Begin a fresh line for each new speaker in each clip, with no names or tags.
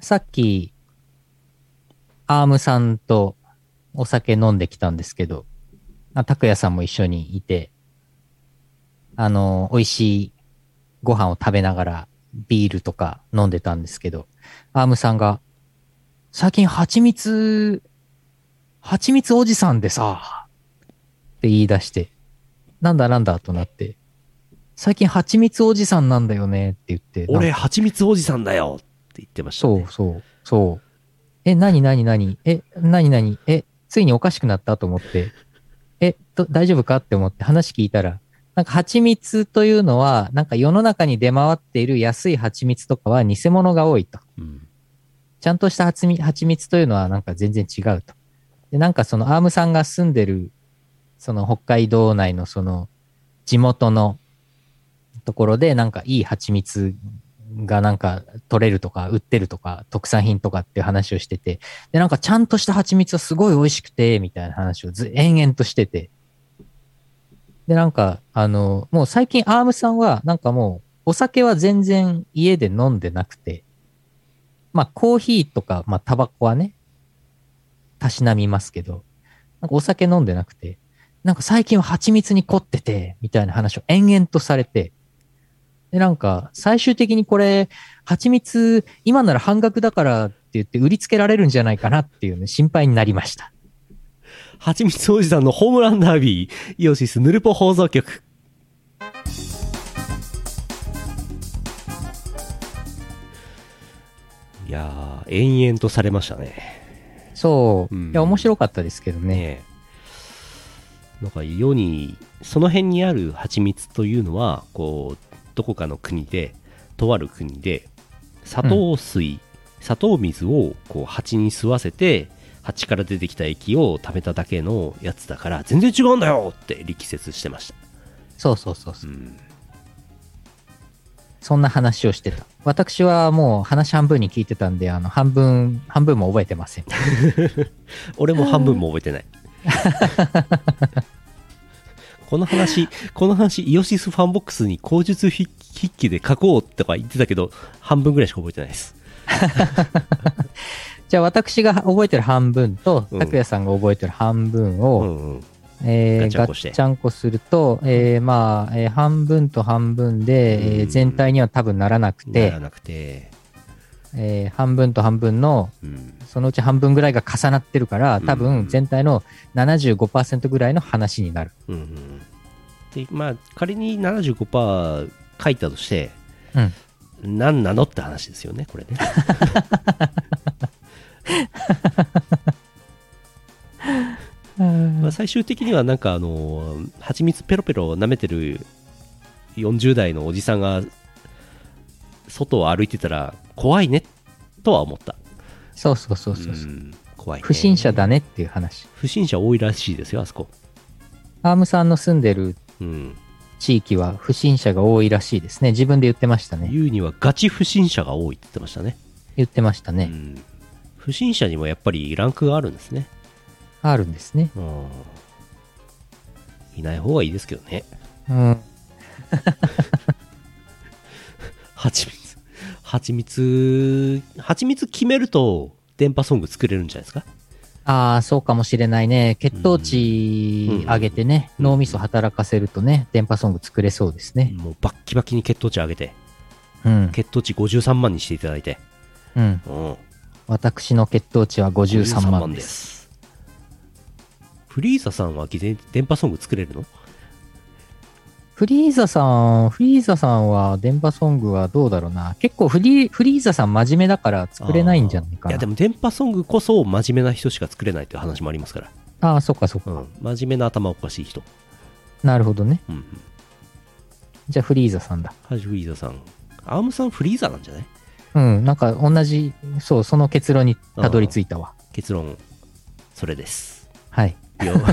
さっき、アームさんとお酒飲んできたんですけど、あ拓也さんも一緒にいて、あの、美味しいご飯を食べながらビールとか飲んでたんですけど、アームさんが、最近蜂蜜、蜂蜜おじさんでさ、って言い出して、なんだなんだとなって、最近蜂蜜おじさんなんだよねって言って、なんか
俺、蜂蜜おじさんだよって言ってました、
そ
ね。
うそう、そう。え、なになになにえ、なになにえ、ついにおかしくなったと思って、え、ど大丈夫かって思って話聞いたら、なんか蜂蜜というのは、なんか世の中に出回っている安い蜂蜜とかは偽物が多いと。
うん。
ちゃんとした蜂蜜蜂蜜というのはなんか全然違うと。で、なんかそのアームさんが住んでる、その北海道内のその地元のところでなんかいい蜂蜜がなんか取れるとか売ってるとか特産品とかっていう話をしてて、で、なんかちゃんとした蜂蜜はすごい美味しくて、みたいな話をず延々としてて。で、なんか、あの、もう最近アームさんはなんかもうお酒は全然家で飲んでなくて、まあ、コーヒーとか、まあ、タバコはね、たしなみますけど、なんかお酒飲んでなくて、なんか最近は蜂蜜に凝ってて、みたいな話を延々とされて、で、なんか、最終的にこれ、蜂蜜、今なら半額だからって言って売りつけられるんじゃないかなっていうね、心配になりました。
蜂蜜おじさんのホームランダービー、イオシスヌルポ放送局。いやー、延々とされましたね。
そう。
うん
いや、面白かったですけどね。
ねえ。なんか世に、その辺にある蜂蜜というのは、こう、どこかの国で、とある国で、砂糖水、砂糖水をこう蜂に吸わせて、蜂から出てきた液を食べただけのやつだから、全然違うんだよって力説してました。
そうそうそうそうう。
ん。
そんな話をしてた。私はもう話半分に聞いてたんで、あの、半分、半分も覚えてません。
俺も半分も覚えてない。この話、この話、イオシスファンボックスに口述筆筆記で書こうとか言ってたけど、半分ぐらいしか覚えてないです。
じゃあ私が覚えてる半分と、
うん
拓也さんが覚えてる半分
う
を、
んうん。
え
ガ
ー
チャン
ガ
コして
ッチャンコすると、えーまあ、えー半分と半分で、えー
うん
全体には多分ならなく
な
て
ら、なくて、
えー半分と半分の、
うん、
そのうち半分ぐらいが重なってるから、多
うん
分全体の75%ぐらいの話になる。
うんうん。で、まあ、仮に75%書いたとして、
うん
何なのって話ですよね、これね。まあ、最終的には、なんか、あのー、蜂蜜ペロペロ舐めてる40代のおじさんが、外を歩いてたら、怖いね、とは思った。
そうそうそうそうそう。
ん怖い、ね。
不審者だ。ねっていう話。
不審者多いらしいですよ、あそこ。
アームさんの住んでる
うん。
地域は不審者が多いらしいですね。自分で言ってましたね。
言うには、ガチ不審者が多いって言ってましたね。
言ってました
う
ね。
ん、不審者にもやっぱりランクがあるんですね、
あるんですね。
うん、いない方がいいですけどね
うん。
蜂蜜蜂蜜蜂蜜決めると電波ソング作れるんじゃないですか
ああ、そうかもしれないね。血糖値上げてね、
うん
脳みそ働かせるとね、電波ソング作れそうですね。
もうバッキバキに血糖値上げて
うん。
血糖値53万にしていただいて、
うん。
うん、
私の血糖値は53万です。
すフリーザさんは偽善電波ソング作れるの
フリーザさん、フリーザさんは電波ソングはどうだろうな。結構フリー、フリーザさん真面目だから作れないんじゃないか
いやで
な。
も電波ソングこそ真面目な人しか作れないという話もありますから、
ああ、そっかそっか、
うん、真面目な頭おかしい人、
なるほどね。
うんうん、
じゃあフリーザさんだ。
ハジフリーザさん。アームさんフリーザなんじゃない
うん。なんか同じ、そう、その結論にたどり着いたわ。
結論、それです。
はい。
病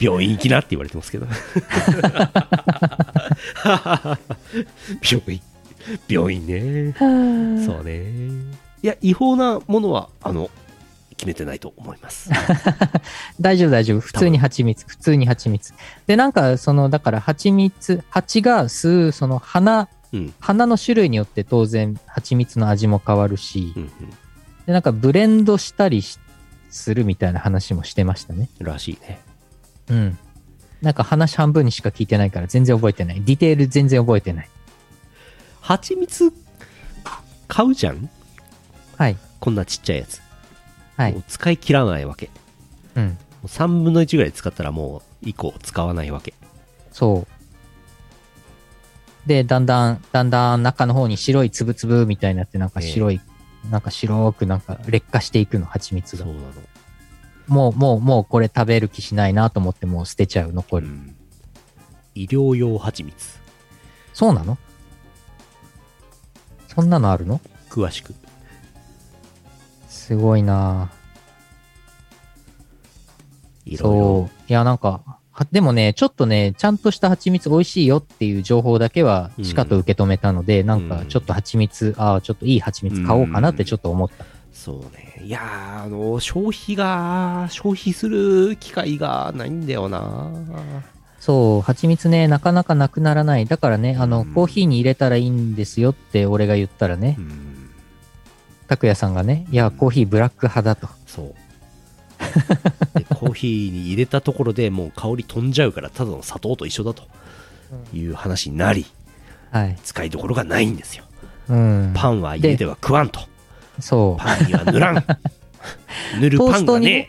病院行きなって言われてますけど。 病院、病院ね。そうね。いや、違法なものは、あの、決めてないと思い ます。
大丈夫大丈夫普通に蜂蜜普通に蜂蜜でなんかそのだから蜂蜜蜂が吸うその花
うん
花の種類によって当然蜂蜜の味も変わるし、
うん
でなんかブレンドしたりしするみたいな話もしてましたね
うんらしいね
うんなんか話半分にしか聞いてないから全然覚えてないディテール全然覚えてない
蜂蜜買うじゃん
はい
こんなちっちゃいやつ、
はい
もう使い切らないわけ
う
も
ん
う3分の1ぐらい使ったらもう以降使わないわけ
そう。で、だんだん、だんだん中の方に白いつぶつぶみたいになって、なんか白い、なんか白くなんか劣化していくの、蜂蜜
そ
が
う。なの、
もう、もう、もうこれ食べる気しないなと思って、もう捨てちゃう、残
う
り。
ん医療用蜂蜜
そうなのそんなのあるの
詳しく
すごいなぁ
いろいろ
そう。いや、なんか、はでもね、ちょっとね、ちゃんとした蜂蜜美味しいよっていう情報だけは、しかと受け止めたので、なんか、ちょっと蜂蜜、ああ、ちょっといい蜂蜜買おうかなってちょっと思った。
そうねいやーあの消費が消費する機会がないんだよな
そう、蜂蜜ね、なかなかなくならない。だからね、あの、
うん
コーヒーに入れたらいいんですよって俺が言ったらね
う、ん
拓也さんがね、いや、コーヒーブラック派だと。
そうでコーヒーに入れたところでもう香り飛んじゃうからただの砂糖と一緒だという話になり
はい。
使いどころがないんですよ
うん。
パンは家では食わんと
そ
パンには塗ら ん塗るパンがね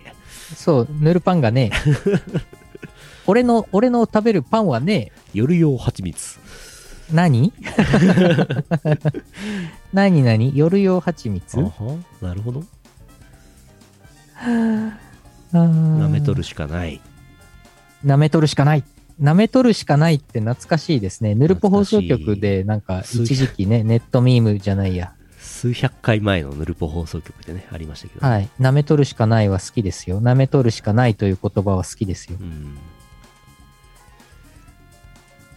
う、そう、塗るパンが ね、俺の、俺の食べるパンはね、
夜用蜂蜜
何 何何夜用蜂蜜
あはなるほど
舐
舐めと。るしかない
舐めとるしかない。舐めとるしかないって懐かしいですね。ヌルポ放送局で、なんか、
懐かしい
一時期ね、ネットミームじゃないや。
数百回前のヌルポ放送局でねありましたけど、
はい。舐めとるしかないは好きですよ。舐めとるしかないという言葉は好きですよ
う。ん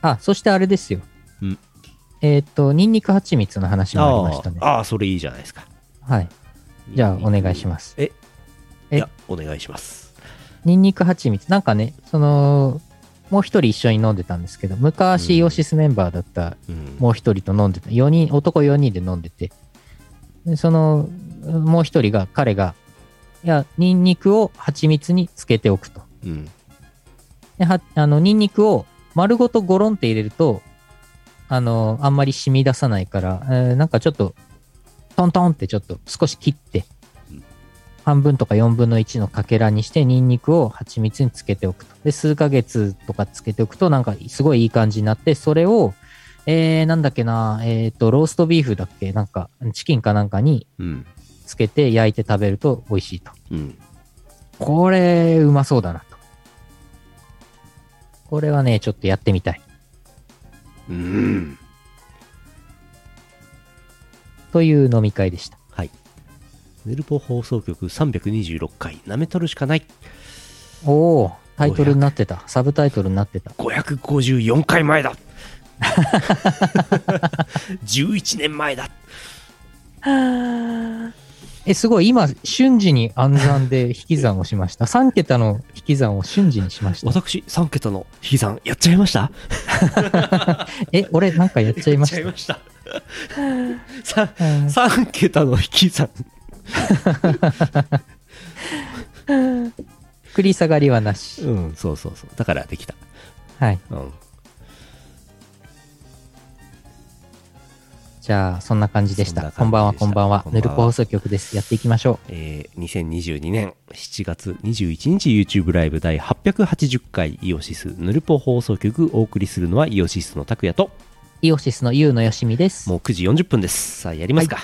あ、そしてあれですよ。
うん
えーっ、と、ニンニク蜂蜜の話もありましたね。
あーあーそれいいじゃないですか
はい。じゃあ、お願いします。
え
え
いやお願いします
ニンニク蜂蜜。なんかね、その、もう一人一緒に飲んでたんですけど、昔、
うん
ヨシスメンバーだった
うん
もう一人と飲んでた。4人、男4人で飲んでて。でその、もう一人が、彼が、いや、ニンニクを蜂蜜につけておくと。
うん
ではあのニンニクを丸ごとゴロンって入れるとあのあんまり染み出さないから、えーなんかちょっとトントンってちょっと少し切って
うん
半分とか4分の1のかけらにしてニンニクを蜂蜜につけておくとで数ヶ月とかつけておくとなんかすごいいい感じになってそれをえー、なんだっけなえっ、とローストビーフだっけなんかチキンかなんかに
うん
つけて焼いて食べると美味しいと
うん
これ、うまそうだなと。これはね、ちょっとやってみたい。
うん
という飲み会でした。
はいヌルポ放送局326回なめとるしかない
おお、タイトルになってた。サブタイトルになってた。
554回前 だ11年前だ
え、すごい、今、瞬時に暗算で引き算をしました。3桁 の引き算を瞬時にしました。
私3桁の引き算やっちゃいました
え、俺なんかやっちゃいました。
やっちゃいました
うん
さ3桁の引き算
繰り下がりはなし。
うんそうそうそうだからできた
はい。
うん
じゃあ、そんな感じでし
そん
た。
な感じでした
こんばんは、こんばんは
こ。んばん
ぬ
は
るぽ放送局です。やっていきましょ
えー2022年7月21日 YouTube ライブ第880回イオシスヌルポ放送局お送りするのはイオシスの拓也と
う。イオシスのゆうのよしみです。
もう9時40分ですさあやりますか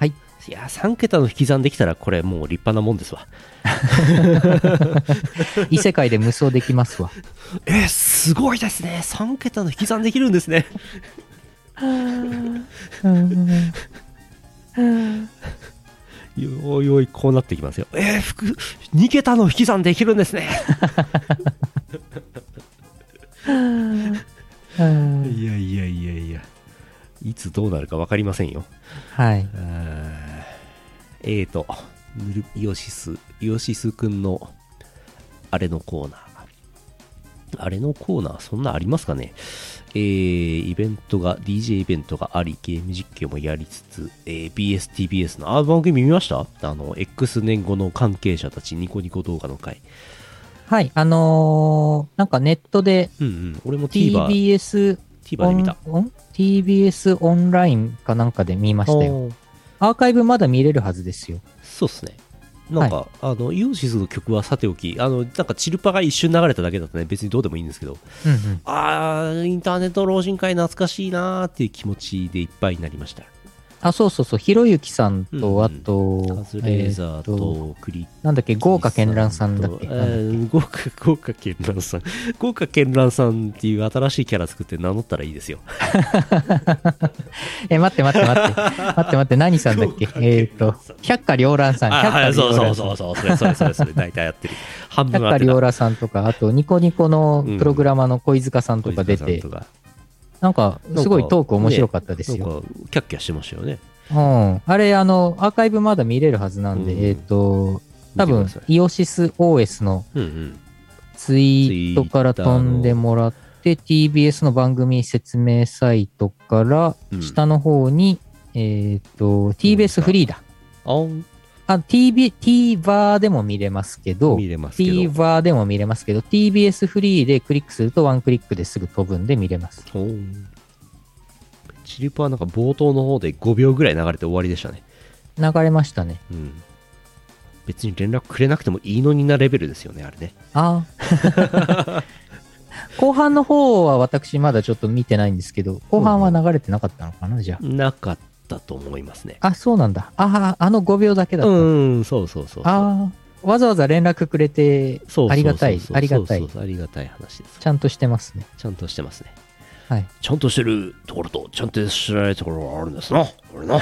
はい。
いや3桁の引き算できたらこれもう立派なもんですわ
異世界で無双できます わ。
えーすごいですね3桁の引き算できるんですね よいよいこうなってきますよえー、ふく2桁の引き算できるんですね
うん
いやいやいやいやいつどうなるか分かりませんよ
はい。
あーえーと、ぬるイオシス、イオシスくんの、あれのコーナー。あれのコーナー、そんなありますかねえー、イベントが、DJ イベントがあり、ゲーム実況もやりつつ、えー、BSTBS の、あ、番組見ましたあの、X 年後の関係者たち、ニコニコ動画の回。
はい、あのーなんかネットで
うんうん、俺も TVer、
TBS
TVer
オ
で見
ン
た。
オン TBS オンラインかなんかで見ましたよ。
おー
アーカイブまだ見れるはずですよ。
そうっすね。なんか、あの、イオシスの曲はさておき、あの、なんかチルパが一瞬流れただけだったね、別にどうでもいいんですけど、
うんうん、
あー、インターネット老人会懐かしいなーっていう気持ちでいっぱいになりました。
あ、そうそうそう、ひろゆきさん
うんうん
と、あと、
カズレーザ
え
ー
ーっと
とクリッ
なんだっけ、豪華絢爛さんだっけ。
え
なんだっけ
ー豪華、豪華絢爛さん。豪華絢爛さんっていう新しいキャラ作って名乗ったらいいですよ。
え、待って待って待って。待って待って、何さんだっけ。
豪華絢爛さん
えーっと、百花繚乱さん。
あ
百
は
花
い、そう
繚
そう
乱さ。
そうんそう、それそれそれそれ、大体やってる。半分
百
合っ
花
てた
繚乱さんとか、あと、ニコニコのプログラマーの小泉さんとか出て、
小泉さんとか
なんか、すごいトーク面白かったです
なん
よ。
か、キャッキャしてましたよね。
うん。あれ、あの、アーカイブまだ見れるはずなんで、
うん
えーっと、多
見
分
てくださ、い
イオシス OS の
うんうん。
ツイートから飛んでもらって、TBS の番組説明サイトから
うん、
下の方に、えーっと、TBS フリーだ。
あん、
あ、TB、TVer でも見れますけど、
見れますけど。
TVer でも見れますけど、TBS フリーでクリックするとワンクリックですぐ飛ぶんで見れます。
おーチリパはなんか冒頭の方で5秒ぐらい流れて終わりでしたね。
流れましたね。
うん。別に連絡くれなくてもいいのになレベルですよね、あれね。
あ ー後半の方は私まだちょっと見てないんですけど、後半は流れてなかったのかな、じゃ
なかったと思いますね。
あ。あ、そうなんだ。ああ、あの5秒だけだった。
うん、そうそうそうそう。
ああ、わざわざ連絡くれて
そうそうそうそう、
ありがたい
そうそうそう
ありがたい
そうそうそうありがたい話です。
ちゃんとしてますね。
ちゃんとしてますね。
はい。い
ちゃんとしてるところと、ちゃんとしてないところがあるんですな。俺 な。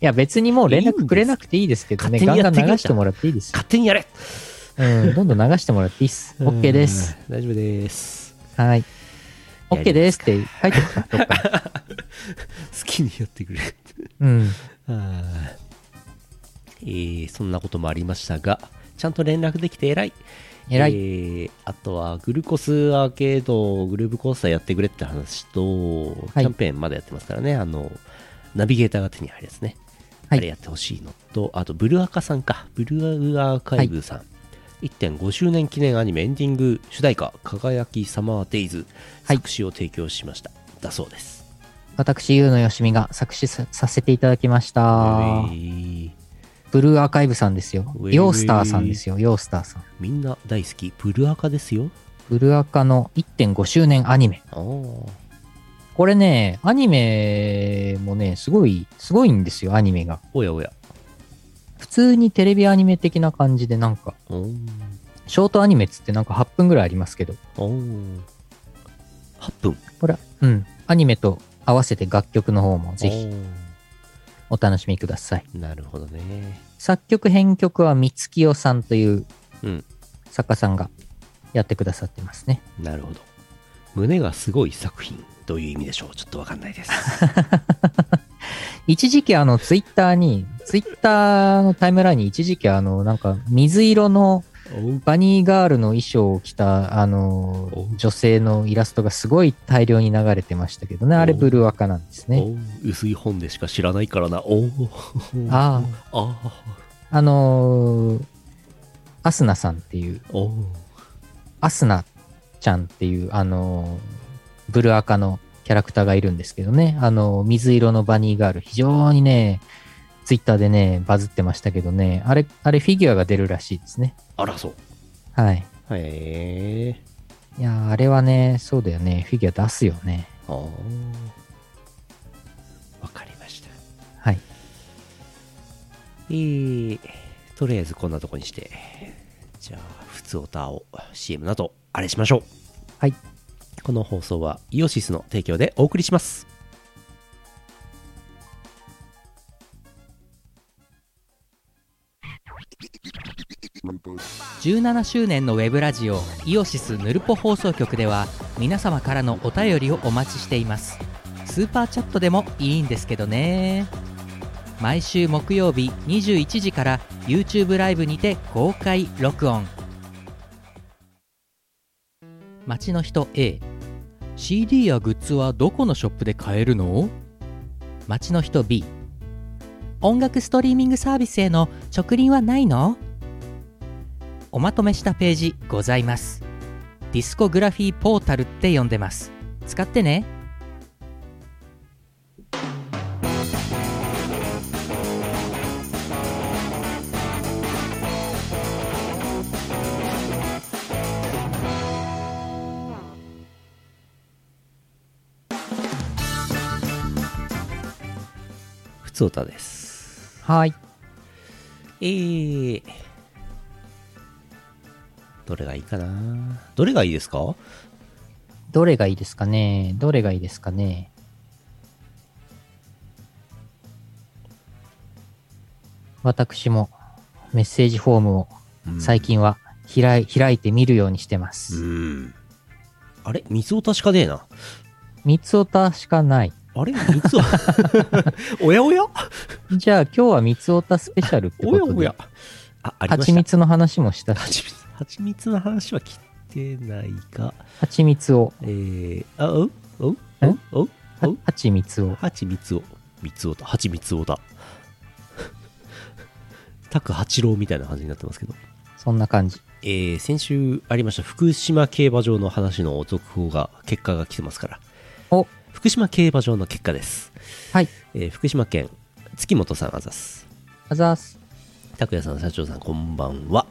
や、別にもう連絡くれなくていいですけどね、
いいんで
ガ
す
ンガン流
勝手にやってくれた
してもらっていいですよ。
勝手にやれ
うん、どんどん流してもらっていいっす。OK です。。
うん大丈夫です。
はい。
やりますか
OK ですって書いてきた。どっかに
好きにやってくれ。
うん。
あーえーそんなこともありましたが、ちゃんと連絡できて偉い。
偉い。
えーあとは、グルコスアーケード、グルーブコースターやってくれって話と、
はい
キャンペーンまだやってますからね、あの、ナビゲーターが手に入るやつね。
はい
あれやってほしいのと、あと、ブルアカさんか。ブルアアーカイブさん。1.5周年記念アニメエンディング主題歌「輝きサマーデイズ」
はい
作詞を提供しました、だそうです
私、ゆうのよしみが作詞ささせていただきました
う。い
ブルーアーカイブさんですよ。
うえい
ヨースターさんですよ、ヨースターさん。
みんな大好きブルアカですよ
ブルーアカの1.5周年アニメ。
ああ
これね、アニメもね、すごい、すごいんですよ、アニメが。
おやおや
普通にテレビアニメ的な感じで、なんか、
おー
ショートアニメっつってなんか8分ぐらいありますけど、
おー8分
これ、うん、アニメと合わせて楽曲の方もぜひお楽しみください。
なるほどね
作曲編曲は三月代さんという
うん
作家さんがやってくださってますね。
なるほど胸がすごい作品どういう意味でしょうちょっとわかんな いです
一時期あのツイッターに、ツイッターのタイムラインに一時期あのなんか水色のバニーガールの衣装を着たあの
お
女性のイラストがすごい大量に流れてましたけどね、あれ
お
ブルワカなんですね。
お薄い本でしか知らないからなおー
あ
あ
あのーアスナさんっていう、
ーおー
アスナちゃんっていう、あのーブルアカのキャラクターがいるんですけどね、あのー水色のバニーガール、非常にね、ツイッターでね、バズってましたけどね、あれ、あれフィギュアが出るらしいですね。
あらそう
はい。
へえ
いやーあれはね、そうだよね、フィギュア出すよね。
ああわかりました
はい。
えー、とりあえずこんなとこにしてじゃあ普通オタを CM などあれしましょう
はい
この放送はイオシスの提供でお送りします
17周年のウェブラジオイオシスヌルポ放送局では皆様からのお便りをお待ちしていますスーパーチャットでもいいんですけどね毎週木曜日21時から YouTube ライブにて公開録音街の人 A CD やグッズはどこのショップで買えるの街の人 B 音楽ストリーミングサービスへの直輪はないのおまとめしたページございますディスコグラフィーポータルって呼んでます使ってね
ふつおたです。
はい。
えー、どれがいいかなどれがいいですか
どれがいいですかねどれがいいですかね私もメッセージフォームを最。近は開い,、開いて見るようにしてま
う
す。
ん。あれ三つおたしかねえな。
三つおたしかない。
あれ三つおお やおや
じゃあ今日は三つおたスペシャルって
お
こ
や
と
お
で
や。。あ、ありま
蜂
した。
蜜の話もしたし、
蜂蜜。蜂蜜の話は切ってないか。
蜂蜜を、
えー、あ、おうおうおうおうお
は
う
蜂蜜を。
蜂蜜を。蜜をだ。蜂蜜をだ。 タク八郎みたいな感じになってますけど。
そんな感じ。
えー先週ありました福島競馬場の話の続報が、結果が来てますから。
お
福島競馬場の結果です。
はい。
えー福島県、月本さんあざす。
あざーす。
拓也さん、社長さん、こんばんは。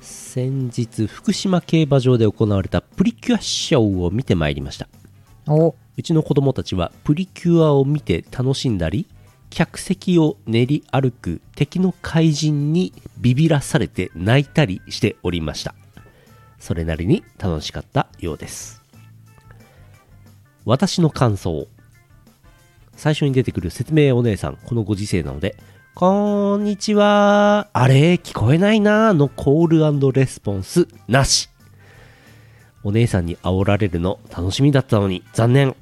先日、福島競馬場で行われたプリキュアショーを見てまいりました。
お、
うちの子供たちはプリキュアを見て楽しんだり、客席を練り歩く敵の怪人にビビらされて泣いたりしておりました。それなりに楽しかったようです。私の感想。最初に出てくる説明お姉さん、このご時世なので、こんにちは。あれ聞こえないなのコールレスポンスなし。お姉さんに煽られるの楽しみだったのに残念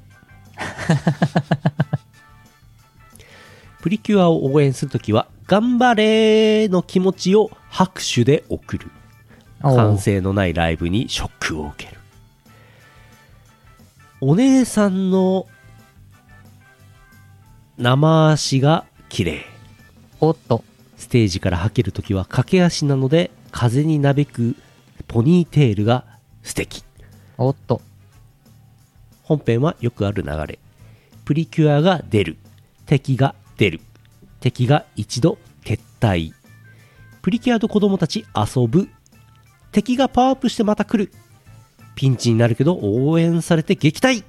プリキュアを応援するときは「頑張れ!」の気持ちを拍手で送る
お
歓声のないライブにショックを受けるお姉さんの生足が綺麗
おっと。
ステージから吐けるときは駆け足なので風になびくポニーテールが素敵
おっと。
本編はよくある流れプリキュアが出る敵が出る敵が一度撤退プリキュアと子供たち遊ぶ敵がパワーアップしてまた来るピンチになるけど応援されて撃退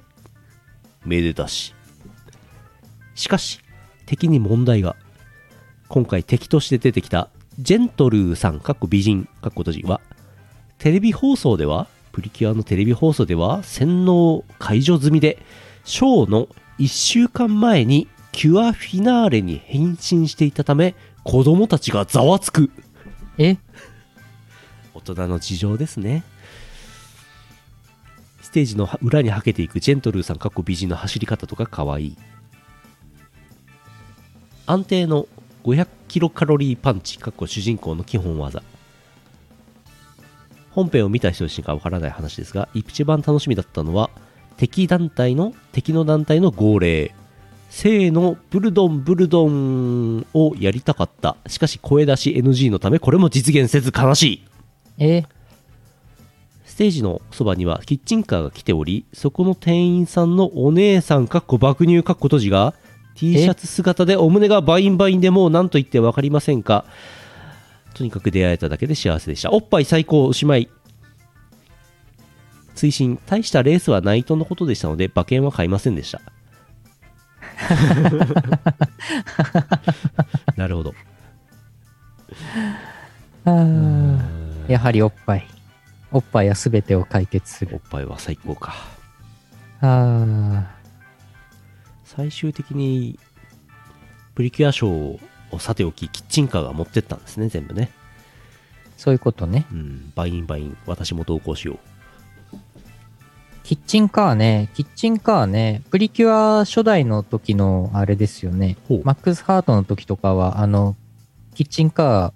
めでたししかし敵に問題が今回敵として出てきたジェントルーさんかっこ美人かっこ閉じはテレビ放送では、プリキュアのテレビ放送では、洗脳解除済みで、ショーの1週間前にキュアフィナーレに変身していたため、子供たちがざわつく。
え、
大人の事情ですね。ステージの裏にはけていくジェントルーさんかっこ美人の走り方とか可愛い。安定の500キロカロリーパンチかっこ主人公の基本技。本編を見た人しかわからない話ですが、一番楽しみだったのは、敵団体の、敵の団体の号令。せーの、ブルドン、ブルドンをやりたかった。しかし声出し NG のため、これも実現せず悲しい。
え、
ステージのそばにはキッチンカーが来ており、そこの店員さんのお姉さんかっこ爆乳かっこ閉じが、T シャツ姿でお胸がバインバインでもう何と言ってわかりませんか。とにかく出会えただけで幸せでした。おっぱい最高おしまい。追伸、大したレースはないとのことでしたので、馬券は買いませんでした。なるほど。
あーやはりおっぱい。おっぱいは全てを解決す
お
る
っ。ぱいは最高か。
あ
最終的にプリキュアショーをさておきキッチンカーが持ってったんですね全部ね
ーそういうことね。
うんバインバイン私も同行しよ
キッチンカーね、キッチンカーね、プリキュア初代の時のあれですよね
ほう。
マックスハートの時とかは、あの、キッチンカー、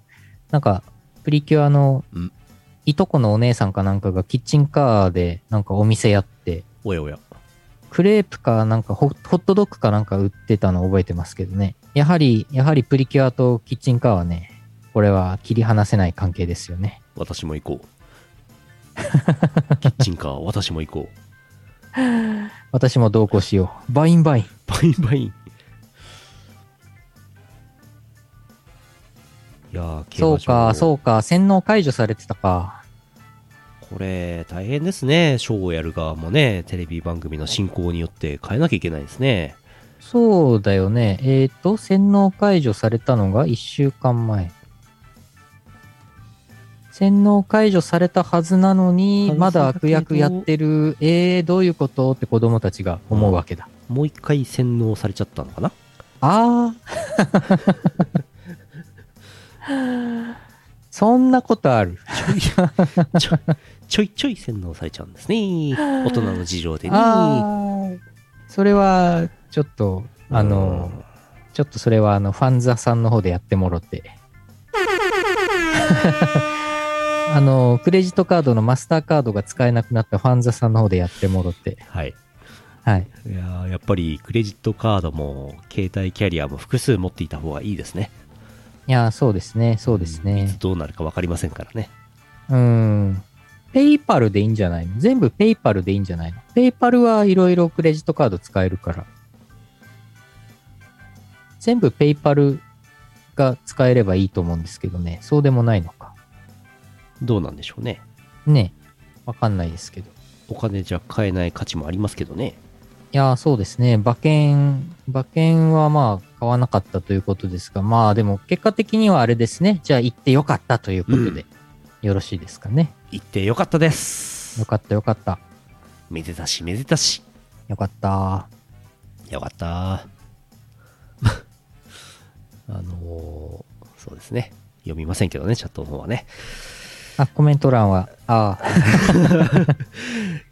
なんか、プリキュアの
うん
いとこのお姉さんかなんかがキッチンカーでなんかお店やって、
おやおや。
クレープかなんかホホットドッグかなんか売ってたの覚えてますけどね。やはり、やはりプリキュアとキッチンカーはね、これは切り離せない関係ですよね。
私も行 こう。キッチンカー、私も行こう。
私も同行しよう。バインバイン。
バインバイン。いやー、
そう
競馬場
か、そうか、洗脳解除されてたか。
これ、大変ですね。ショーをやる側もね、テレビ番組の進行によって変えなきゃいけないですね。
そうだよね。えっ、と、洗脳解除されたのが1週間前。洗脳解除されたはずなのに、まだ悪役やってる、えー、どういうことって子供たちが思うわけだ。
もう一回洗脳されちゃったのかな
ああ。そんなことある。
ちょいちょいちょい洗脳されちゃうんですね。大人の事情でね。
あーそれは、ちょっと、あの、ちょっとそれは、あの、ファンザさんの方でやってもろて。あの、クレジットカードのマスターカードが使えなくなったファンザさんの方でやってもろて
う。ん、はい。
はい。
いやーやっぱりクレジットカードも携帯キャリアも複数持っていた方がいいですね。
いやー、そうですね、そうです
んい
ね
つ。どうなるか分かりませんからね。
うん。ペイパルでいいんじゃないの全部ペイパルでいいんじゃないのペイパルはいろいろクレジットカード使えるから。全部ペイパルが使えればいいと思うんですけどね。そうでもないのか。
どうなんでしょうね。
ねえ。わかんないですけど。い
お金じゃ買えない価値もありますけどね。
やー、そうですね。馬券、馬券はまあ買わなかったということですが、まあでも結果的にはあれですね。じゃあ行ってよかったということで、よろしいですかね。
行ってよかったです
よ。かったよかった。
めでたしめでたし。
よかった。
よかった あのーそうですね。読みませんけどね、チャットの方はね。
あ、コメント欄は、ああ。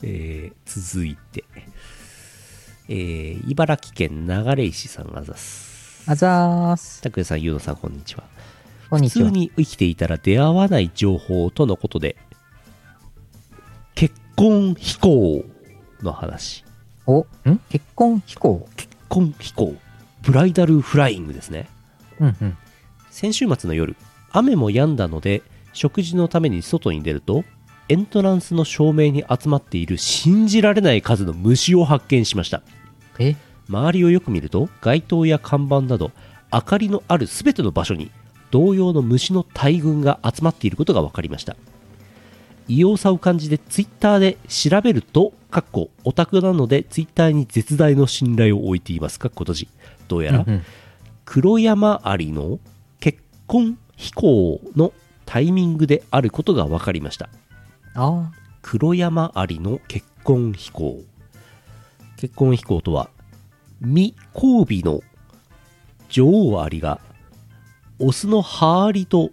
えー続いて、えー茨城県流石さんあざす。
あざーす。
たくやさん、ゆうのさん、こんにちは。
こん
普
にち
通
は。
に生きていたら出会わない情報とのことで、結婚飛行の話。
お、ん結婚飛行
結婚飛行。ブライダルフライングですね。
うんうん。
先週末の夜雨も止んだので食事のために外に出るとエントランスの照明に集まっている信じられない数の虫を発見しました
え、
周りをよく見ると街灯や看板など明かりのある全ての場所に同様の虫の大群が集まっていることが分かりました異様さを感じてツイッターで調べるとかっこオタクなのでツイッターに絶大の信頼を置いていますかっこ閉じどうやら、
うんうん
黒山有の結婚飛行のタイミングであることが分かりました
あ
黒山有の結婚飛行結婚飛行とは未交尾の女王アリがオスのハアリと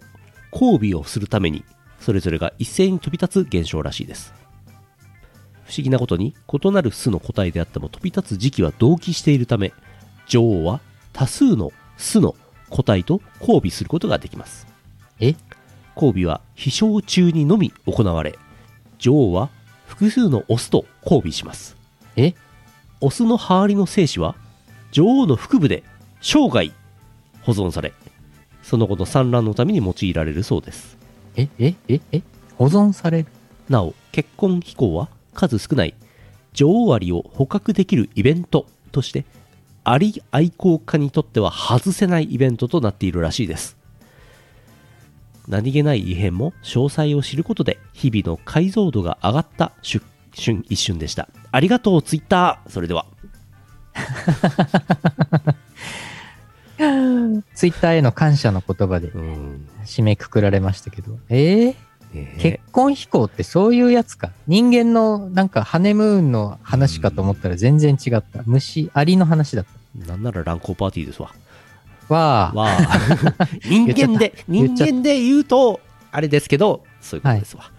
交尾をするためにそれぞれが一斉に飛び立つ現象らしいです不思議なことに異なる巣の個体であっても飛び立つ時期は同期しているため女王は多数の巣の個体と交尾することができます
え
交尾は飛翔中にのみ行われ女王は複数のオスと交尾します
え
オスのハーリの精子は女王の腹部で生涯保存されその後の産卵のために用いられるそうです
え、え、え、え、保存さ れる
なお結婚飛行は数少ない女王アリを捕獲できるイベントとしてアリ愛好家にとっては外せないイベントとなっているらしいです何気ない異変も詳細を知ることで日々の解像度が上がった瞬瞬一瞬でしたありがとうツイッターそれでは
ツイッターへの感謝の言葉で
うん、
締めくくられましたけど。えー、
ねえ
結婚飛行ってそういうやつか。人間のなんかハネムーンの話かと思ったら全然違った。虫、アリの話だっ
なんなら乱交パーティーです わ。
た。わあ。
わあ人間で、
言
人
っちゃった
間で言うと、あれですけど、そういうことですわ。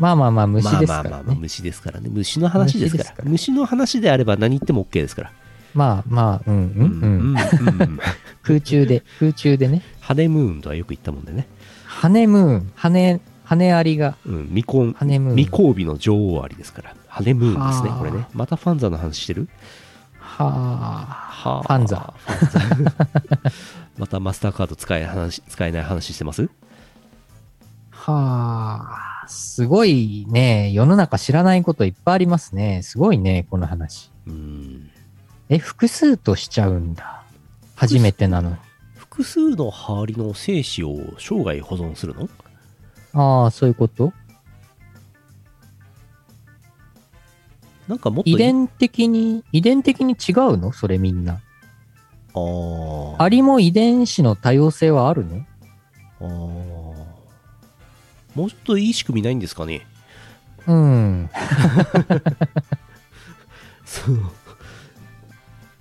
まあまあまあ虫ですか
まあまあま
ら
あまあ、
ね。
虫ですからね。虫の話ですから。
虫
虫
ですから
の話であれば何言っても OK ですから。
まあまあ、うんう
うん
うん。
んうん
空中で、空中でね。
ハネムーンとはよく言ったもんでね。
ハネムーン、ハネ、羽アリが、
うん、未婚、
ハネムーン。
未交尾の女王アリですから。ハネムーンですね
は、あ
これね。またファンザの話してる
はあ。
はあ
ファンザ。
ファンザ またマスターカード使え話使えない話してます
はあ。すごいね。世の中知らないこといっぱいありますね。すごいね、この話。
うん。
え、複数としちゃうんだ。初めてなのに。
複数のハーリの精子を生涯保存するの
ああ、そういうこと
なんかもっとい
遺伝的に、遺伝的に違うのそれみんな。
あー
アリも遺伝子の多様性はあるの
あーもうちょっといい仕組みないんですかね
うん。
そう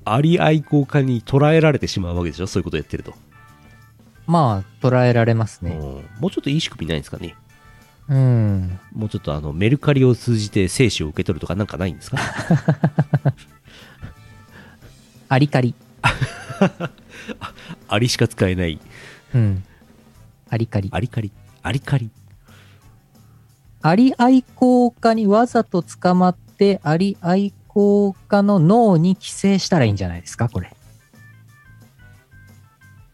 アリ愛好家に捉えられてしまうわけでしょそういうことやってると、
まあ、捉えられます
うん
ね。
もうちょっといい仕組みないんですかね
うん。
もうちょっとあのメルカリを通じて精子を受け取るとかなんかないんですか
アリカリ。
アリしか使えない
うん。アリカリ。
アリカリアリカリ
アリ愛好家にわざと捕まって、アリ愛好家の脳に寄生したらいいんじゃないですかこれ。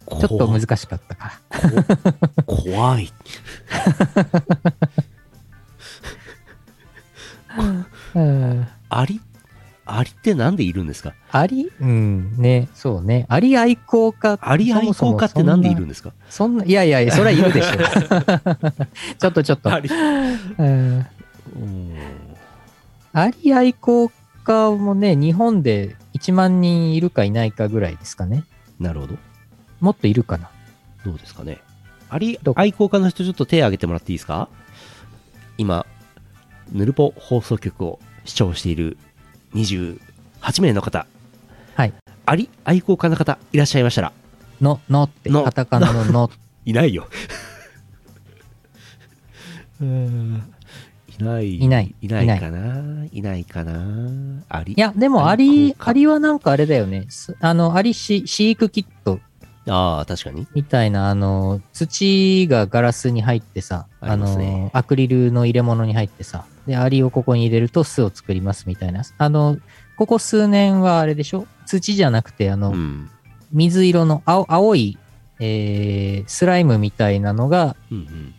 ちょ
ちょっと難しかったか。
怖い
うん。
アリアリってなんでいるんですか
アリうん。ね、そうね。アリ愛好家
アリ愛好家ってなんでいるんですか
そんな、いやいやいや、それはいるでしょ。 ちょっとちょっと。
アリ
うん
うん
アリ愛好家もね、日本で1万人いるかいないかぐらいですかね。
なるほど
もっといるかな。
どうですかね。アリ
どう
愛好家の人、ちょっと手を挙げてもらっていいですか今、ヌルポ放送局を視聴している28名の方、
はい。
アリ愛好家の方、いらっしゃいましたら、
の、のって、
の
カタカナのの。
いないよ。 うんいない。
いない
いないかな。いないかな。アリ。
いや、でもアリ
愛、好家
アリはなんかあれだよね。すあの、アリ飼飼育キット
ああ、確かに。
みたいな、あの、土がガラスに入ってさ、
あ
あ
ります
の、
ね
アクリルの入れ物に入ってさ、で、アリをここに入れると巣を作りますみたいな。あの、ここ数年はあれでしょ土じゃなくて、あの、
うん。
水色の青青い、えースライムみたいなのが
うんうん。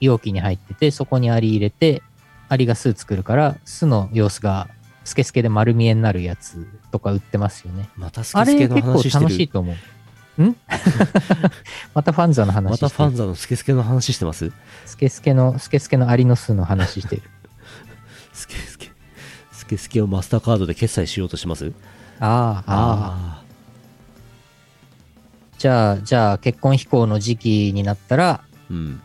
容器に入っててそこにアリ入れてアリが巣作るから巣の様子がスケスケで丸見えになるやつとか売ってますよね
またスケ
あ
スケ
れ
の
結構
話してる。
楽しいと思 うんまたファンザの話
ま
して
た
る
ファンザのスケスケの話してます
スケスケのスケスケのアリの巣の話 してる
スケスケ。スケスケをマスターカードで決済しようとします
ああああじゃあじゃあ結婚飛行の時期になったら
あ。うん。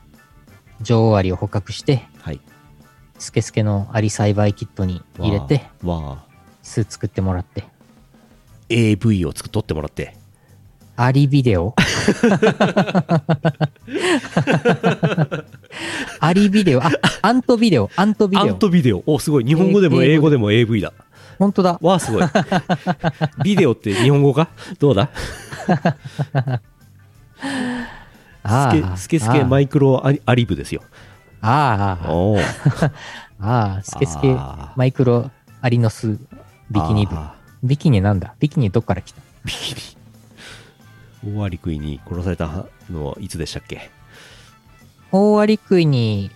女王アリを捕獲して
はい。
スケスケのアリ栽培キットに入れて
わあ。わあ。
巣作ってもらって
AV を作っとってもらって。
アリビデオ アリビデオ、あ、アントビデオ、アントビ
ア
デ
ン
オ。
トビデオ。お、すごい。日本語でも
え
英語でも AV だ。
本当だ。
わあ、す ごい。ビデオって日本語かどうだ
ああ
スケスケスケマイクロアリアリブですよ。
ああ、
おお。
ああ、スケスケ
あー
マイクロアリノスビキニ部。
あ
ビキニなんだビキニどっから来た
ービキニ。大アリクイに殺されたのはいつでしたっけ
大アリクイに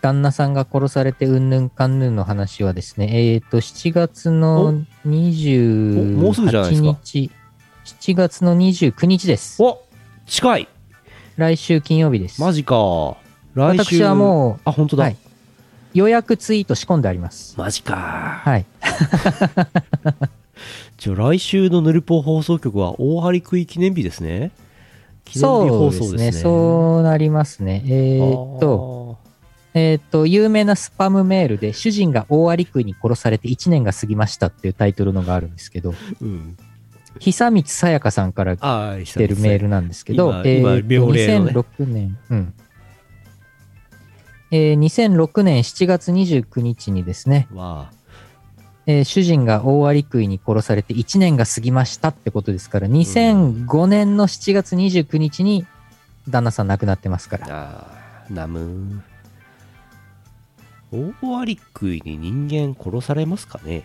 旦那さんが殺されてうんぬんかんぬんの話はですね、えっ、と、7月の
おもうすぐじゃないです
28
か
日、7月の29日です。
お近い
来週金曜日です。
マジか。来週。
私はも
あ、本当
う、
だ。
はい、予約ツイート仕込んであります。
マジか。
はい。
じゃあ来週のヌルポ放送局は大張食い記念日ですね。記念日
そ
放
うで
送
す
です
ね。
ね。
そうなりますね。え
え
ーっと、、えーっと、有名なスパムメールで、主人が大アリクイに殺されて1年が過ぎましたっていうタイトルのがあるんですけど、
うん。
久光さやかさんから来
ああ、来
てるメールなんですけど
今、今
ーっと
妙齢のね
2006年、うん。えー2006年7月29日にですね、
わ
えー主人が大アリクイに殺されて1年が過ぎましたってことですから、2005年の7月29日に旦那さん亡くなってますか
あ、
ら。
ああ、ナムー。オオアリクイに人間殺されますかね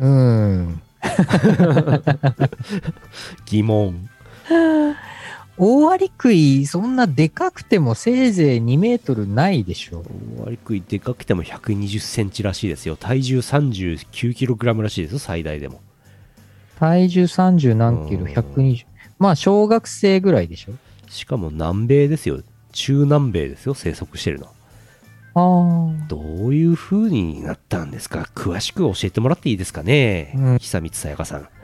うーん。
疑問。
大アリクイ、そんなでかくてもせいぜい2メートルないでしょ。
オオアリクイでかくても120センチらしいですよ。体重39キログラムらしいですよ、最大でも。
体重30何キロ、
うん
120。まあ、小学生ぐらいでしょ。
しかも南米ですよ。中南米ですよ、生息してるの。
あ
どういう風になったんですか詳しく教えてもらっていいですかね、
うん
久光さやかさん。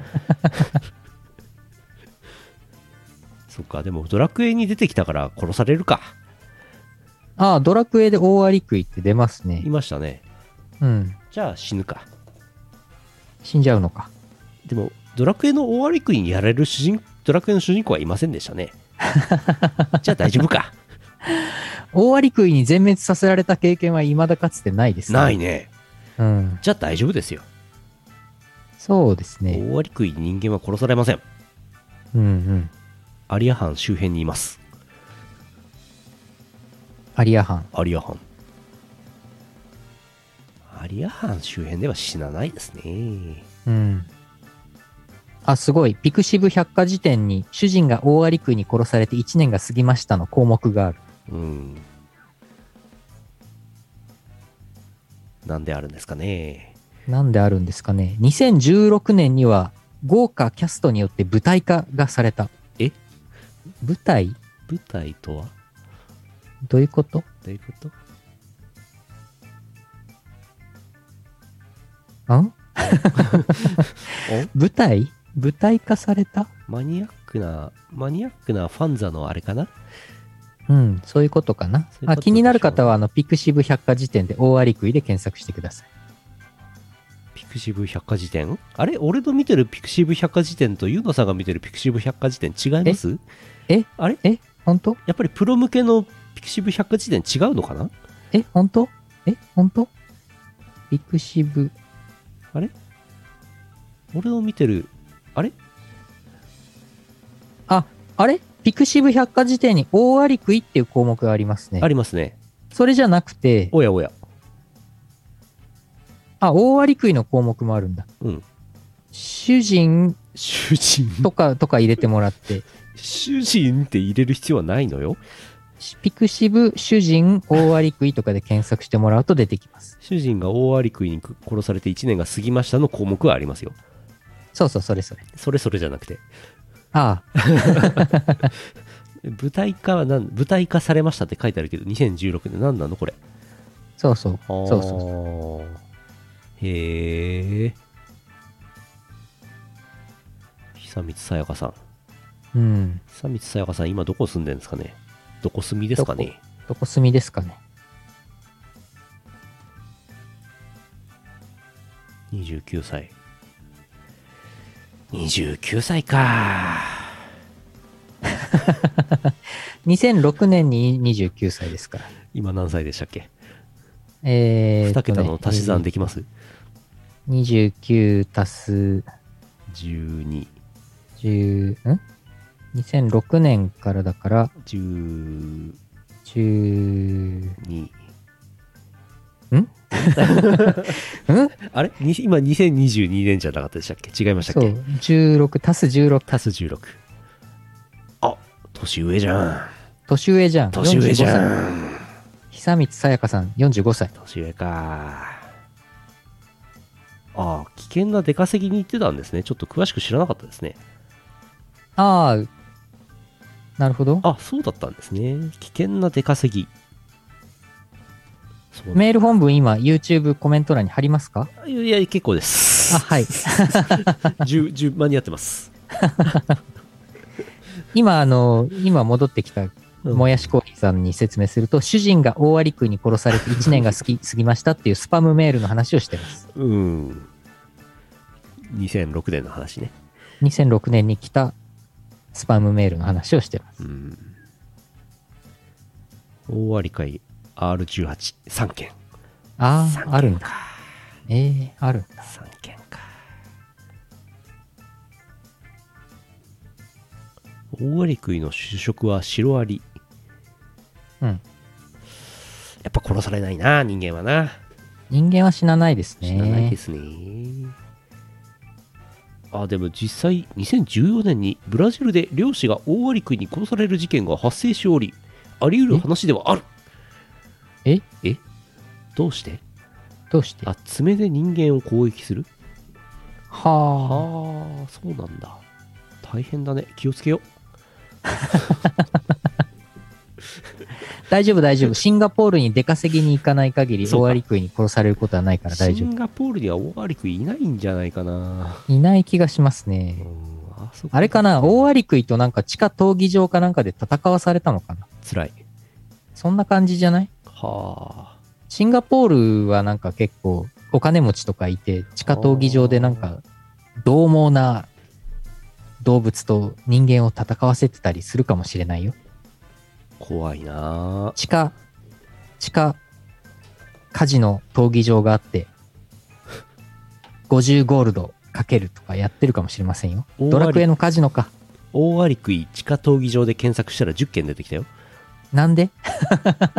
そっか、でもドラクエに出てきたから殺されるか。
あ。ああ、ドラクエで大アリクイって出ます
い
ね。
ましたね。
うん。
じゃあ死ぬか。
死んじゃうのか。
でも、ドラクエの大アリクイにやられる主人、ドラクエの主人公はいませんでし たね。じゃあ大丈夫か。
大アリクイに全滅させられた経験は未だかつてないですね。
ない。ね。
うん。
じゃあ大丈夫ですよ。
そうですね。
大アリクイに人間は殺されません。
うんうん。
アリアハン周辺にいます。
アリアハン。
アリアハン。アリアハン周辺では死なないですね。
うん。あ、すごい。ピクシブ百科事典に、主人が大アリクイに殺されて1年が過ぎましたの項目がある。
うん。なんであるんですかね。
なんであるんですかね。2016年には、豪華キャストによって舞台化がされた。
え
舞台
舞台とは
どういうこと
どういうこと
ん舞台舞台化された
マニアックな、マニアックなファンザのあれかな
うん、そういうことかな。
そういうこと
あ
でしょう
気になる方は、あの、ピクシブ百科事典で大アリクイで検索してください。
ピクシブ百科事典あれ俺の見てるピクシブ百科事典とユーノさんが見てるピクシブ百科事典違います
え
あれ
本当
やっぱりプロ向けのピクシブ百科事典違うのかな
え本当え本当ピクシブ。
俺の見てる、あれ
あれピクシブ百科事典に大アリクイっていう項目がありますね
あ。りますね。
それじゃなくて、
おやおや。
あ、大アリクイの項目もあるんだ。
うん。
主人
主人。
とか、とか入れてもらって、
主人って入れる必要はないのよ。
ピクシブ主人大アリクイとかで検索してもらうと出てきます。
主人が大アリクイに殺されて1年が過ぎましたの項目はありますよ。
そうそう、それそれ。
それそれじゃなくて。
ああ、
舞台化はなん、舞台化されましたって書いてあるけど、2016年何なのこれ。
そうそう。そうそうそう。
そう。へえ。久光さやかさ
う
ん。
ん。
久光さやかさん、今どこ住んでるんですかねどこ住みですかね
どこ住みですかね。
29歳29歳か
2006年に29歳ですから。
今何歳でしたっけ、
えー、
2桁の足し算。できます、
29足す
?12、
10、ん ?2006 年からだから、
12
10、んん
あれに今2022年じゃなかったでしたっけ違いました
そ
っ
う、
け
16、足す16、
足す16あ年上じゃん
年上じゃん。
年上じ
45歳。
ゃん
久光さやかさん、45歳。
年上かああ危険な出稼ぎに行ってたんですねちょっと詳しく知らなかったですね
ああ、なるほど。
あそうだったんですね危険な出稼ぎそう
メール本文今、YouTube コメント欄に貼りますか
いやいや、結構です。
あ、はい。
十、十、間に合ってます。
今、あの、今戻ってきた、もやしコーヒーさんに説明すると、主人が大アリクイに殺されて1年が過 ぎ過ぎましたっていうスパムメールの話をしてます。
うん。2006年の話ね。
2006年に来たスパムメールの話をしてます。
うん。大割会 R18、3件。
あ
三
あ、あるんだ。ええある。
3件か。大割食いの主食はシロアリ。
うん。
やっぱ殺されないな、人間はな。
人間は死なないですね。
知らないですね。あ、でも実際、2014年にブラジルで漁師が大アリクイに殺される事件が発生しており、あり得る話ではある。
え
えどうして
どうして
あ、爪で人間を攻撃する
はあ。
はあ、そうなんだ。大変だね。気をつけよう。
大丈夫、大丈夫。シンガポールに出稼ぎに行かない限り、
そうか
オアリクイに殺されることはないから大
シ
丈
ンガポールには大アリクイいないんじゃないかな。
夫。いない気がします
う
ね。
んあそこ
あれかな、オアリクイとなんか地下闘技場かなんかで戦わされたのかな。
辛い。
そんな感じじゃない
はあ。
シンガポールはなんか結構お金持ちとかいて地下闘技場でなんか獰猛な動物と人間を戦わせてたりするかもしれないよ
怖いな。
地下地下カジノ闘技場があって50ゴールドかけるとかやってるかもしれませんよ
大
ドラクエのカジノか
大アリクイ地下闘技場で検索したら10件出てきたよ。
なんで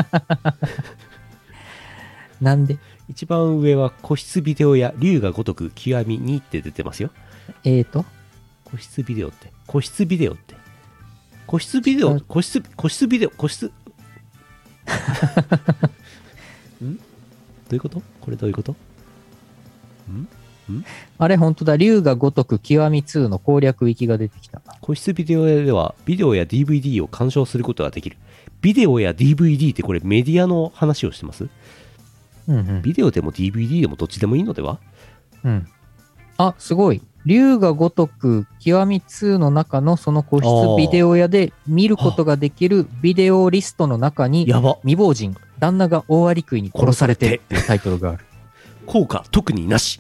なんで
一番上は個室ビデオや竜が如く極み2って出てますよ。
えーと
個室ビデオって。個室ビデオって。個室ビデ
違
オ、
う
個室、個室ビデオ、個室。ん どういうことこれどういうことん
あれ本当だ龍が如く極み2の攻略域が出てきた
個室ビデオ屋ではビデオや DVD を鑑賞することができる。ビデオや DVD ってこれメディアの話をしてます
うんうん
ビデオでも DVD でもどっちでもいいのでは
うん、あすごい龍が如く極み2の中のその個室ビデオ屋で見ることができるビデオリストの中に
やば。
未亡人旦那が大アリクイに殺されてっていうタイトルがある
効果特になし。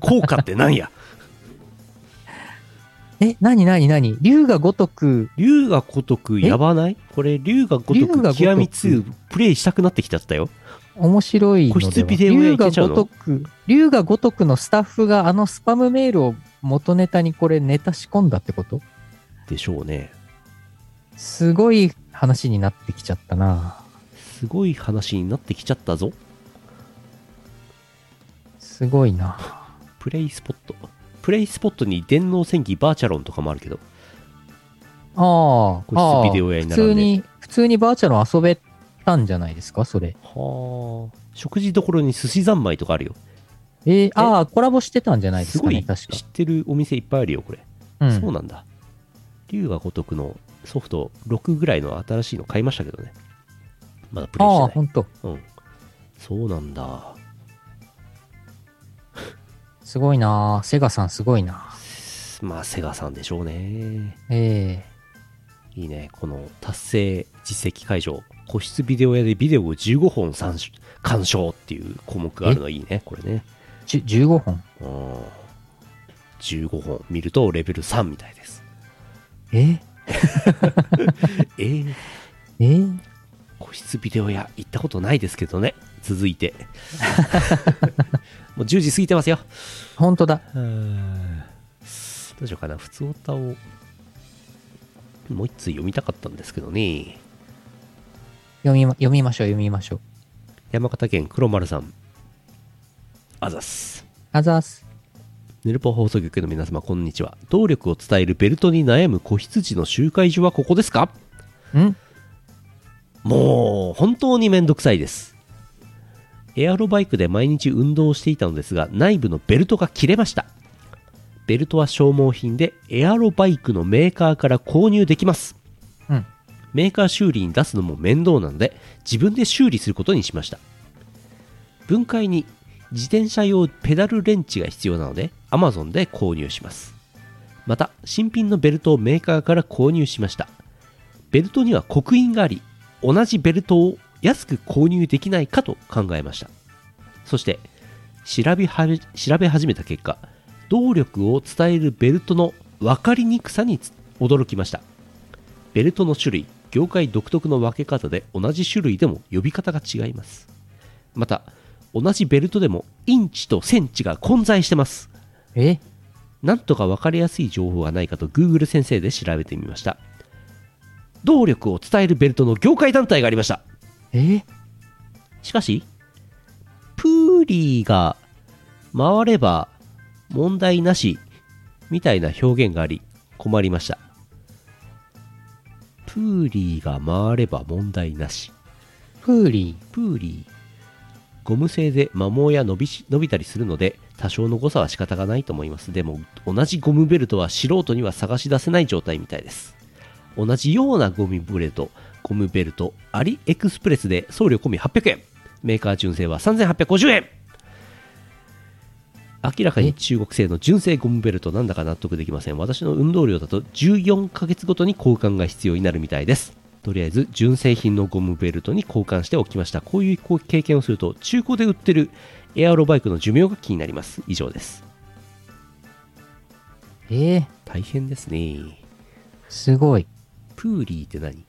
効果ってなんや
え何何何龍が如く
龍が如くやばないこれ龍が如
龍が
く
如く
極み2プレイしたくなってきちゃったよ。
面白いの
個
で
室
は
ビデオ屋
龍
行け
が
ちゃうの
如く龍が如くのスタッフがあのスパムメールを元ネタにこれネタ仕込んだってこと
でしょうね。
すごい話になってきちゃったな
すごい話になってきちゃったぞ。
すごいな
プレイスポット。プレイスポットに電脳戦記バーチャロンとかもあるけど。
ああ、
個室ビデオ屋に並
ああ普通
んで
に、普通にバーチャル遊べたんじゃないですか、それ。
はあ。食事どころに寿司三昧とかあるよ。
えーああ、コラボしてたんじゃないです
す
か
ご
ね、
い
確か
知。ってるお店いっぱいあるよ、これ。
うん、
そうなんだ。龍が如くのソフト6ぐらいの新しいの買いましたけどね。まだプレイして
あ
な
あ、
い。
ほんと。
うん。そうなんだ。
すごいなあセガさんすごいな
まあ、セガさんでしょうね。
え
いいね。この達成実績解除。個室ビデオ屋でビデオを15本参照鑑賞っていう項目があるのはいいね。これね。
えじゅ15本。
うん。15本見るとレベル3みたいです。
えー
えー、
えー
個室ビデオ屋行ったことないですけどね。続いて。もう10時過ぎてますよ。
ほんとだ。
どうしようかな、普通オタをもう一通読みたかったんですけどね。
読みま、読みましょう、読みましょう。
山形県黒丸さん。あざっす。
あざーす。
ヌルポ放送局の皆様、こんにちは。動力を伝えるベルトに悩む子羊の集会所はここですか
ん
もう、本当にめんどくさいです。エアロバイクで毎日運動をしていたのですが、内部のベルトが切れました。ベルトは消耗品で、エアロバイクのメーカーから購入できます。
うん。
メーカー修理に出すのも面倒なので自分で修理することにしました分解に自転車用ペダルレンチが必要なので Amazon で購入しますまた新品のベルトをメーカーから購入しましたベルトには刻印があり同じベルトを安く購入できないかと考えましたそして調べはじ調べ始めた結果動力を伝えるベルトの分かりにくさにつ驚きましたベルトの種類業界独特の分け方で同じ種類でも呼び方が違いますまた同じベルトでもインチとセンチが混在してます
え
なんとか分かりやすい情報がないかと Google 先生で調べてみました動力を伝えるベルトの業界団体がありました
えー
しかし、プーリーが回れば問題なしみたいな表現があり困りました。プーリーが回れば問題なし。
プーリ
プーリー。ゴム製で摩耗や伸びし伸びたりするので多少の誤差は仕方がないと思います。でも同じゴムベルトは素人には探し出せない状態みたいです。同じようなゴムベルト、ゴムベルト、アリエクスプレスで送料込み800円。メーカー純正は3850円。明らかに中国製の純正ゴムベルトなんだか納得できません。私の運動量だと14ヶ月ごとに交換が必要になるみたいです。とりあえず純正品のゴムベルトに交換しておきました。こういうこう経験をすると中古で売ってるエアロバイクの寿命が気になります。以上です。
ー。えー、
大変ですね。
すごい。
プーリーって何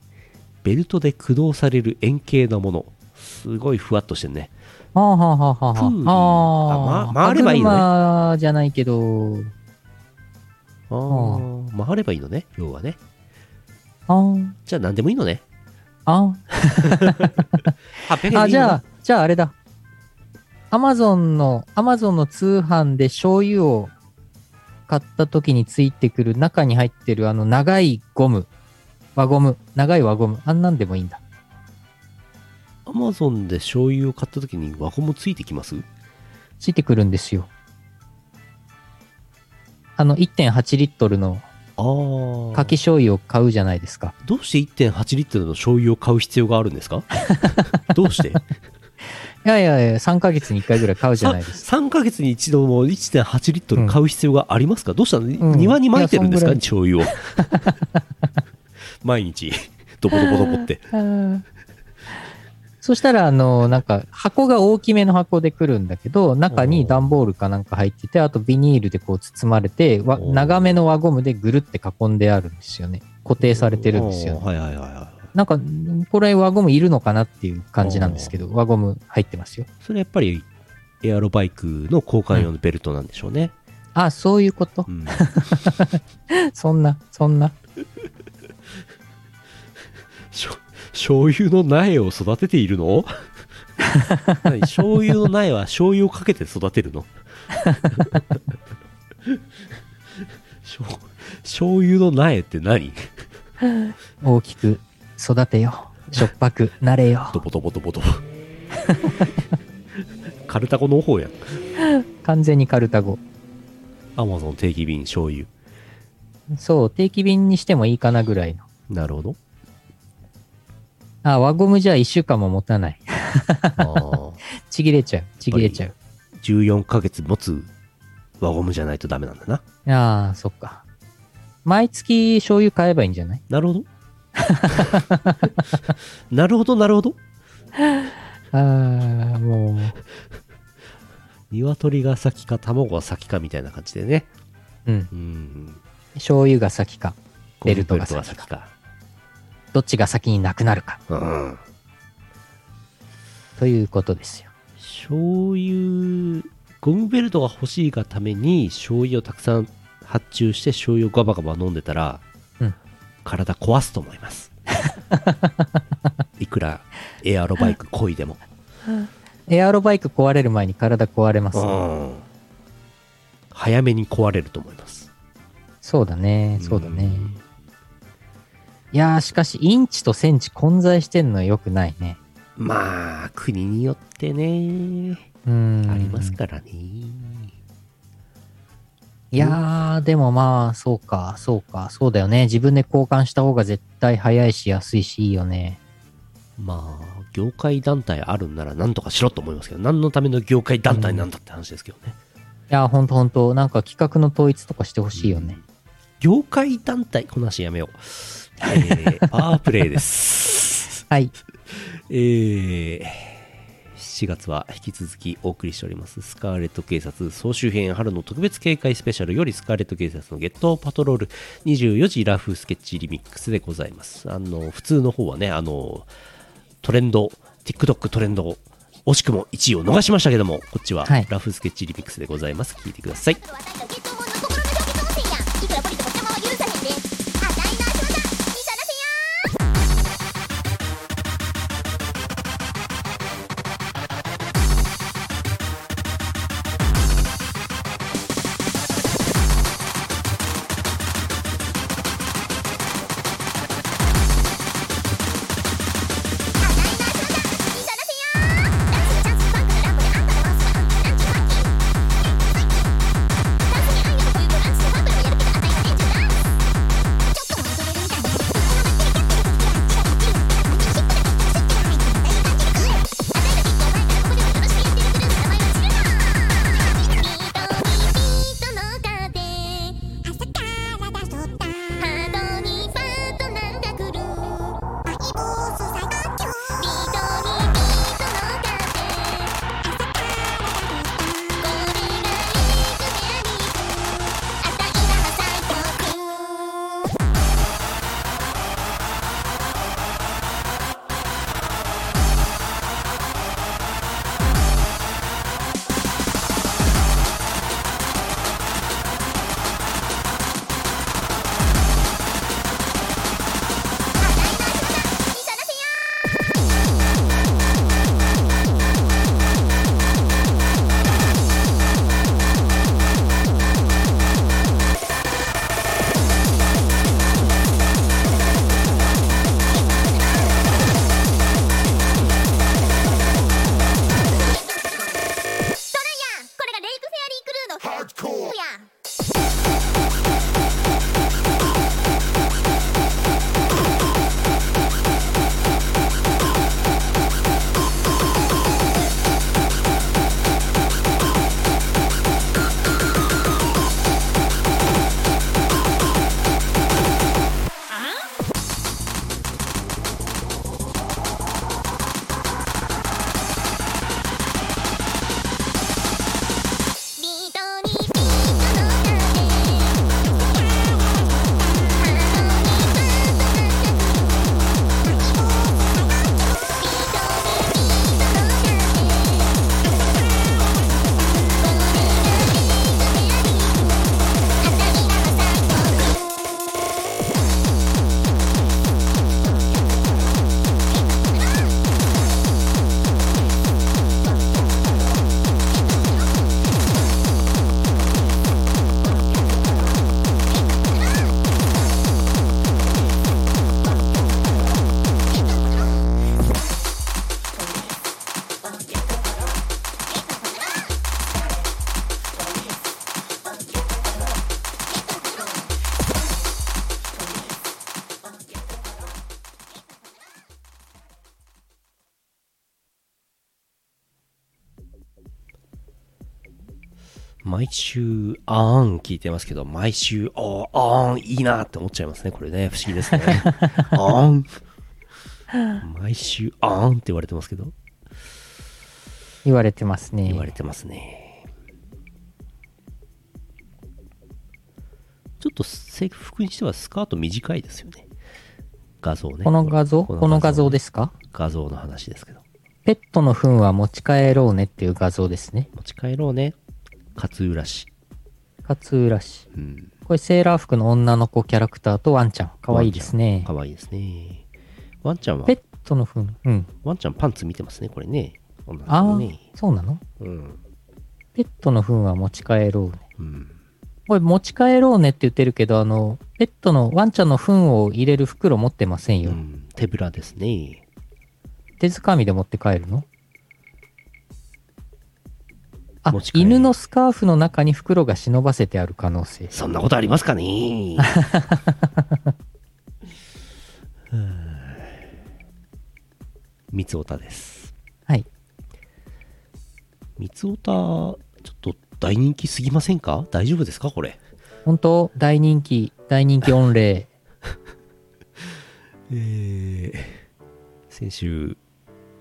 ベルトで駆動される円形なもの。すごいふわっとしてるね。
はあはあはあは
プーリー
あ。
あま回ればいいのね
のね。じゃないけど、
ああ、回ればいいのね。要はね。
あー
じゃあ何でもいいのね。
あー
800円でいいの
あ、じゃあ、じゃああれだ。アマゾンの、アマゾンの通販で醤油を買った時についてくる中に入ってるあの長いゴム、輪ゴム、長い輪ゴム、あんなんでもいいんだ。
アマゾンで醤油を買った時に輪ゴムついてきます
ついてくるんですよ。あの1.8リットルの
ああ。
かき醤油を買うじゃないですか。
どうして1.8リットルの醤油を買う必要があるんで すかどうして
いやいやいや、3ヶ月に1回ぐらい買うじゃない ですか。
3ヶ月に一度も1.8リットル買う必要がありますか、どうしたの、
ん
庭に撒いてるんですか
いや
醤油を。毎日、ドボドボドボって。
そしたら、あの、なんか、箱が大きめの箱で来るんだけど、中に段ボールかなんか入ってて、あとビニールでこう包まれて、わ
おー
長めの輪ゴムでぐるって囲んであるんですよね。固定されてるんですよ、
はいはいはいはい。
なんか、これ輪ゴムいるのかなっていう感じなんですけど、輪ゴム入ってますよ。
それやっぱり、エアロバイクの交換用のベルトなんでしょうね。
あ、そういうこと
う。ん
そんな、そんな。
しょ醤油の苗を育てている の何醤油の苗は醤油をかけて育てる の醤醤油の苗って何
大きく育てよ。 しょっぱくなれよ
ド。ボドボドボドボカルタゴの方やん
完全にカルタゴ。
アマゾン定期便醤油
そう、定期便にしてもいいかなぐらいの。
なるほど
あ、輪ゴムじゃ1週間も持たない。
あー
ちぎれちゃう。ちぎれちゃう。
14ヶ月持つ輪ゴムじゃないとダメなんだな
ああ、そっか。毎月醤油買えばいいんじゃない
なるほ どなるほどなるほど
ああ、も
鶏が先か卵が先かみたいな感じでね
う。うん。
うん
醤油が先か、ベルトが先か
ベルトが
どっちが先になくなるか、
先かうん
ということですよ。
醤油ゴムベルトが欲しいがために醤油をたくさん発注して醤油をガバガバ飲んでたら、
うん
体壊すと思いますいくらエアロバイク漕いでも
エアロバイク壊れる前に体壊れます。
うん早めに壊れると思います
そうだね、そうだね。
ん
いやー、しかし、インチとセンチ混在してんのは良くないね。
まあ国によってね
うーん。
ありますからね
いやー、でもまあ、そうか、そうか、そうだよね。自分で交換した方が絶対早いし、安いし、いいよね。
まあ、業界団体あるんなら何とかしろと思いますけど、何のための業界団体なんだって話ですけどね。
いやー、ほんとほんと、なんか企画の統一とかしてほしいよね。
業界団体、この話やめよう。えー、パワープレイです。
はい。
えー、7月は引き続きお送りしております、スカーレット警察総集編春の特別警戒スペシャルより、スカーレット警察のゲットパトロール24時ラフスケッチリミックスでございます。あの、普通の方はね、あの、トレンド、TikTok トレンドを、惜しくも1位を逃しましたけども、こっちは
はい
ラフスケッチリミックスでございます。聞いてください。
わかった結婚の心の丈とせいやいくらポリでも邪魔は許さねえであたいの頭だ見さらせや
毎週、あーん聞いてますけど、毎週、あーあーんいいなって思っちゃいますね、これね。不思議です ね。あーん。毎週、あーんって言われてますけど、
言われてますね。
言われてますね。ちょっと制服にしてはスカート短いですよね。画像ね。。
この画像この画像ですすか
画像の話ですけど。
ペットの糞は持ち帰ろうねっていう画像ですね。
持ち帰ろうね。勝浦市。
勝浦市。
うん。
これセーラー服の女の子キャラクターとワンちゃん。かわいいですね。
かわいいですね。ワンちゃんは
ペ、ットの糞。うん。
ワンちゃんパンツ見てますね、これね。女
あ
の
あ
子ね。、
そうなの
うん。
ペットの糞は持ち帰ろうね。
うん。
これ持ち帰ろうねって言ってるけど、あの、ペットのワンちゃんの糞を入れる袋持ってません
う
よ。
ん、手ぶらですね。
手づかみで持って帰るのあ
持ち、帰る
犬のスカーフの中に袋が忍ばせてある可能性。
そんなことありますかね 三つおたです。
はい。
三つおた、ちょっと大人気すぎませんか大丈夫ですかこれ。
本当大人気、大人気御礼。
えー、先週、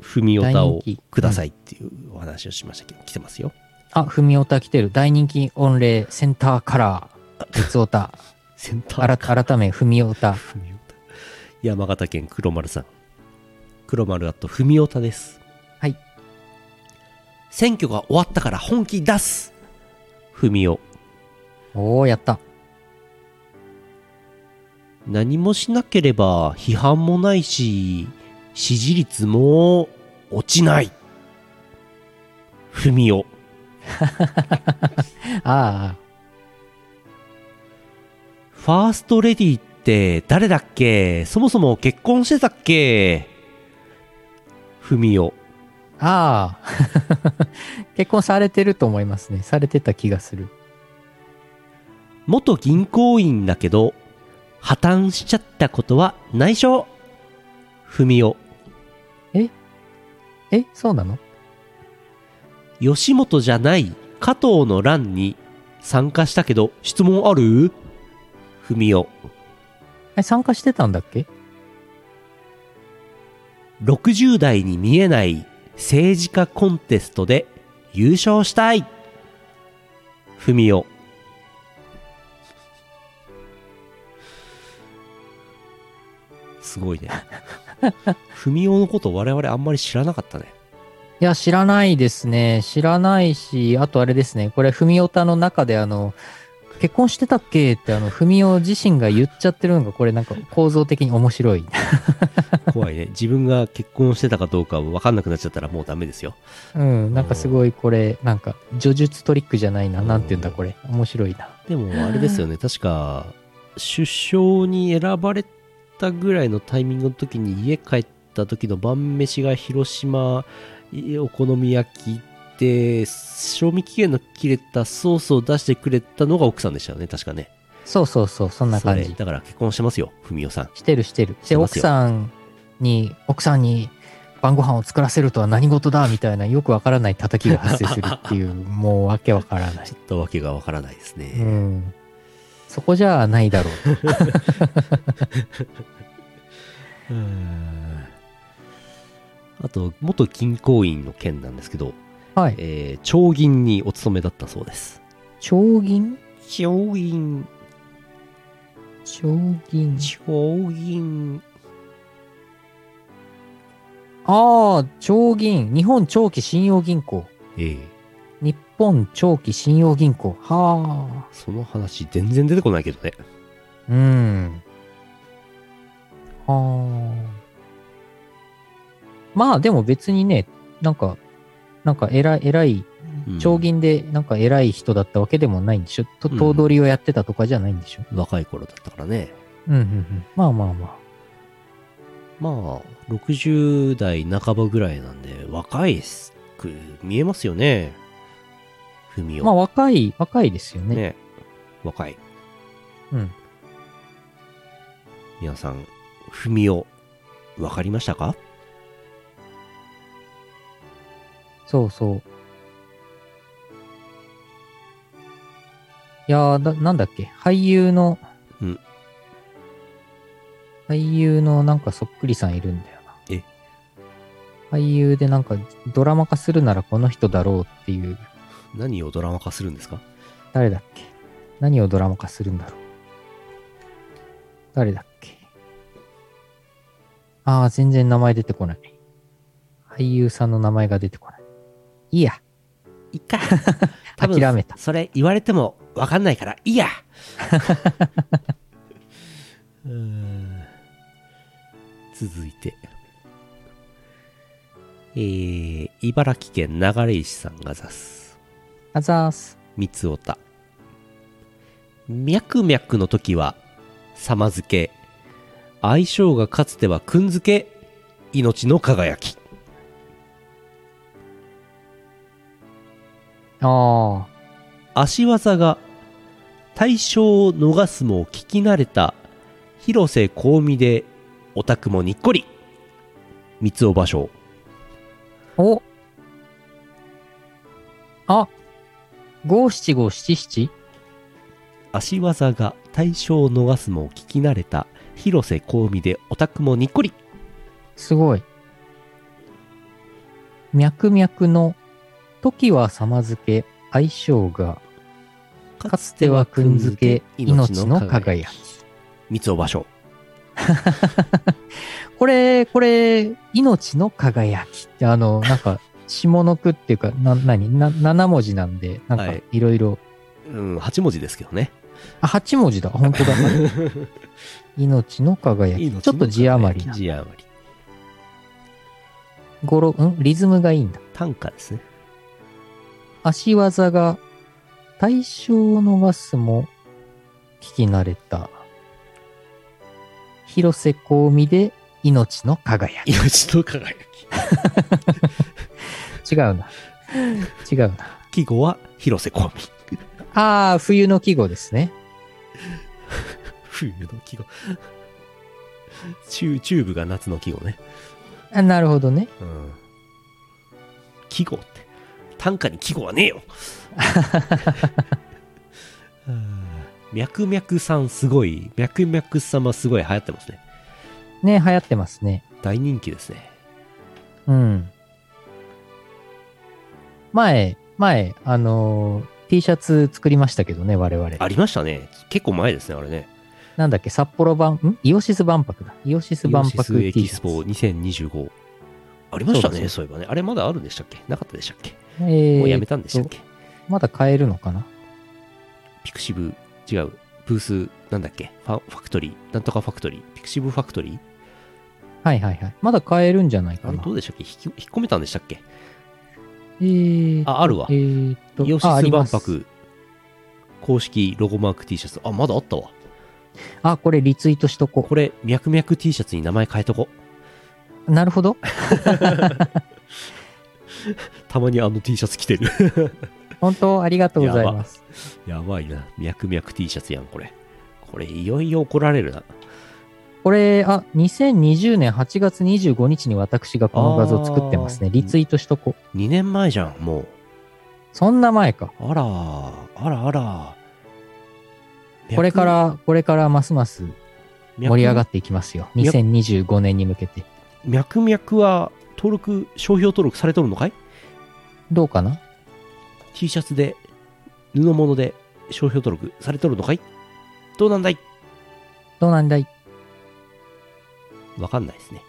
ふみおたをくださいっていうお話をしましたけど、来てますよ。
あ、ふみおた来てる。大人気御礼センターカラー。鉄オタ。
センター
改改め、ふみおた。
ふみおた山形県黒丸さん黒丸あとふみおたです
はい
選挙が終わったから本気出すふみお
おー、やった。
何もしなければ批判もないし支持率も落ちないふみお
あ
ファーストレディって誰だっけそもそも結婚してたっけふみお
あ、ああ。 結婚されてると思いますね。されてた気がする。
元銀行員だけど、破綻しちゃったことは内緒ふみお、
え、そうなの
吉本じゃない加藤の欄に参加したけど、質問あるふみお、
え、参加してたんだっけ
60代に見えない政治家コンテストで優勝したいふみお、すごいね。ふみおのこと我々あんまり知らなかったね。
いや、知らないですね。知らないし、あとあれですね。これ、ふみおたの中で、あの、結婚してたっけって、あの、ふみお自身が言っちゃってるのが、これなんか構造的に面白い。
怖いね。 自分が結婚してたかどうか分かんなくなっちゃったらもうダメですよ。
うん、なんかすごいこれ、なんか、叙述トリックじゃないな。なんて言うんだこれ。面白いな。
でもあれですよね、確か、首相に選ばれたぐらいのタイミングの時に家帰った時の晩飯が広島いお好み焼きで、賞味期限の切れたソースを出してくれたのが奥さんでしたよね、確かね。
そうそうそう、そんな感
それ
じ。
だから結婚してますよ、文雄さん。
してるしてる。
して
で、
ます
奥
よ
さんに、奥さんに晩ご飯を作らせるとは何事だみたいな、よくわからない叩きが発生するっていう、もうわけわからない
ちょ。っとわけがわからないですね。
うん。そこじゃないだろうと。
うーんあと、元銀行員の件なんですけど、
はい。
えー、長銀にお勤めだったそうです。
長銀
長銀、
長銀。
長銀。
ああ、長銀。日本長期信用銀行。
ええ
日本長期信用銀行。は
その話全然出てこないけどね。
あ。うん。はあ。まあでも別にね、なんか、なんか偉い、偉い、
うん
長銀でなんか偉い人だったわけでもないんでしょ、と
うん
頭取をやってたとかじゃないんでしょ、
若い頃だったからね。
うん、うんうんうんまあまあまあ。
まあ、60代半ばぐらいなんで、若いく見えますよね。ふみお。
まあ若い、若いですよね。
ね。若い。
うん。
皆さん、ふみお、わかりましたか
そうそう。いやーだ、なんだっけ、俳優の、
うん
俳優のなんかそっくりさんいるんだよな。
え
俳優でなんかドラマ化するならこの人だろうっていう、
何をドラマ化するんですか
誰だっけ何をドラマ化するんだろう誰だっけああ、全然名前出てこない。俳優さんの名前が出てこない。いいや、
いっか。
諦めた。
それ言われてもわかんないから、いいや うーん続いて。えー、茨城県流石さんがざす。
あざーす。
三つおた。ミャクミャクの時は、様付け。相性がかつてはくんづけ。命の輝き。
ああ、
足技が対象を逃すも聞き慣れた広瀬香美でオタクもにっこり三尾芭蕉
おあ五七五七七
足技が対象を逃すも聞き慣れた広瀬香美でオタクもにっこり
すごい。脈々の時は様付け、相性が、かつてはくんづけ、命の輝き。
き三尾芭蕉
これ、これ、命の輝きって、あの、なんか、下の句っていうか、な、なに、な、7文字なんで、なんか
はい、
いろいろ、
うん8文字ですけどね
あ、8文字だ、本 当だ。命の輝
命の輝
き。
き
ちょっと字余りな。
字余り
語呂、んリズムがいいんだ。
短歌ですね
足技が対象を逃すも聞き慣れた。広瀬香美で命の輝き。
命の輝
違
き
う な。違うな。
季語は広瀬香美
ああ、冬の季語ですね。
冬の季語中チューブが夏の季語ね、
あなるほどね。
うん、季語って短歌に季語はねえようん脈々さんすごい脈々様すごい流行ってますね
ね、流行ってますね。
大人気ですね
うん。前、前、あのー T シャツ作りましたけどね、我々。
ありましたね結構前ですねあれね
なんだっけ、札幌版、んイオシス万博だ。イオシス
イオ
万
シ
博
スエ
T
キ
シ
ス
ャ
ポ
ツ。
2025ありましたね
そ
そういえばねあれまだあるんでしたっけなかったでしたっけ
え
も
ー
うやめたんでしたっけ
まだ買えるのかな
ピクシブ、違う、ブース、なんだっけ、ファファクトリー、なんとかファクトリー、ピクシブファクトリー、
はいはいはい。まだ買えるんじゃないか
あれ
な
ど。うでしたっけ、引き引っ込めたんでしたっけ、
えー、
あ、あるわ
え、ーっと、
イオシ
ああ
ス
りま
万
す
博、公式ロゴマーク T シャツ、あ、まだあったわ。
あ、これリツイートしとこ
これ、ミャクミャク T シャツに名前変えとこ。
う。なるほど。
たまにあの T シャツ着てる。
本当ありがとうございます。
やばいな、ミャクミャク T シャツやん、これ。これ、いよいよ怒られるな。
これ、あ、2020年8月25日に私がこの画像作ってますね。
あー
リツイートしとこう。
2年前じゃん、も
そんな前か。
う。あらー、あらあら。
これから、これからますます盛り上がっていきますよ。
脈
2025年に向けて。
脈々は登録商標登録されとるのかい
どうかな
T シャツで布物で商標登録されとるのかいどうなんだい
どうなんだい
わかんないですね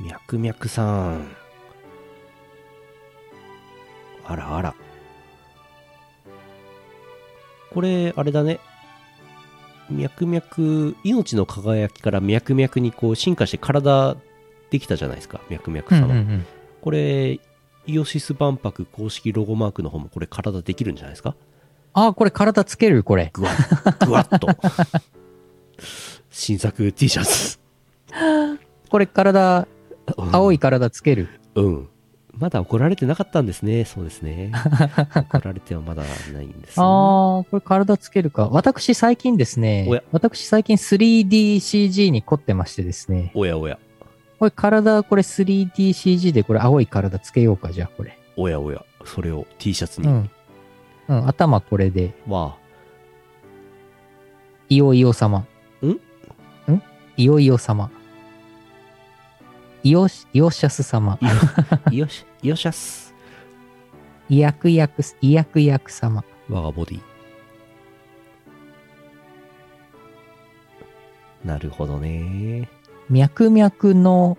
脈々さんあらあらこれあれだね脈々命の輝きから脈々にこう進化して体できたじゃないですか脈々
う
さ
ん
ん
う
は、
んうん。
これ、イオシス万博公式ロゴマークの方もこれ体できるんじゃないですか
あ、これ体つけるこれ。
ぐわっ、ぐ わっと。新作 T シャツ。
これ体、青い。体つける。
うん。まだ怒られてなかったんですね。そうで すね。怒られてはまだないんです、ね。
ああ、これ体つけるか。私最近です
おや
ね、私最近 3DCG に凝ってましてですね、
おやおや、
これ体、これ 3DCG でこれ青い体つけようか、じゃあこれ。
おやおや、それを T シャツ
う
に。
ん。うん、頭これで、
わ
いおいお様。
ん
んいおいお様。イオシ、イオシャス様。
あ、よし、よしゃっす。
イヤクヤクス、イヤクヤク様。
我がボディ。なるほどね。
脈々の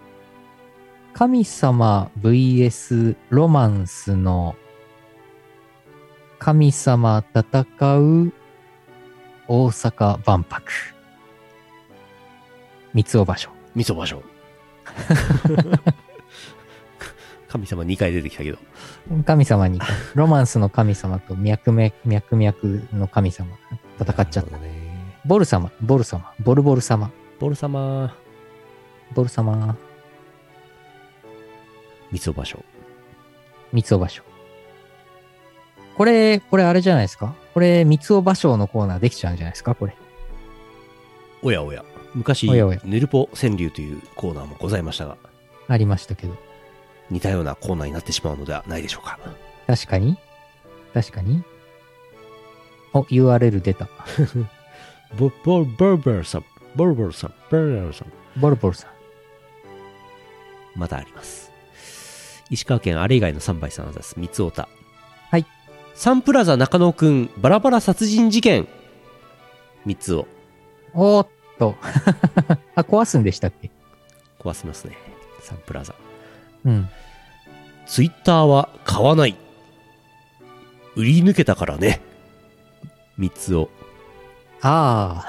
神様 VS ロマンスの神様戦う大阪万博三尾場所
みそ場所。 神様2回出てきたけど。
神様にロマンスの神様と脈々脈々の神様戦っちゃっ
な
た
るほどね。
ボル様ボル様ボルボル様
ボル様、
ボル様
みそ場所。
三尾芭蕉。これ、これあれじゃないですかこれ、三尾芭蕉のコーナーできちゃうんじゃないですかこれ。
おやおや。昔、
おやおや
ヌルポ川柳というコーナーもございましたが、
ありましたけど。
似たようなコーナーになってしまうのではないでしょうか。
確かに確かにお、URL 出た。
ボ、ボ、ボルボルさん、ボルボルさん、ボルボルさん。
ボルボルさん。
まだあります。石川県あれ以外の3倍さんあざす、三つ太田。
はい。
サンプラザ中野くん、バラバラ殺人事件。三つを
おーっと。 あ、壊すんでしたっけ
壊せますね。サンプラザ。
うん。
ツイッターは買わない。売り抜けたからね。三つを。
あ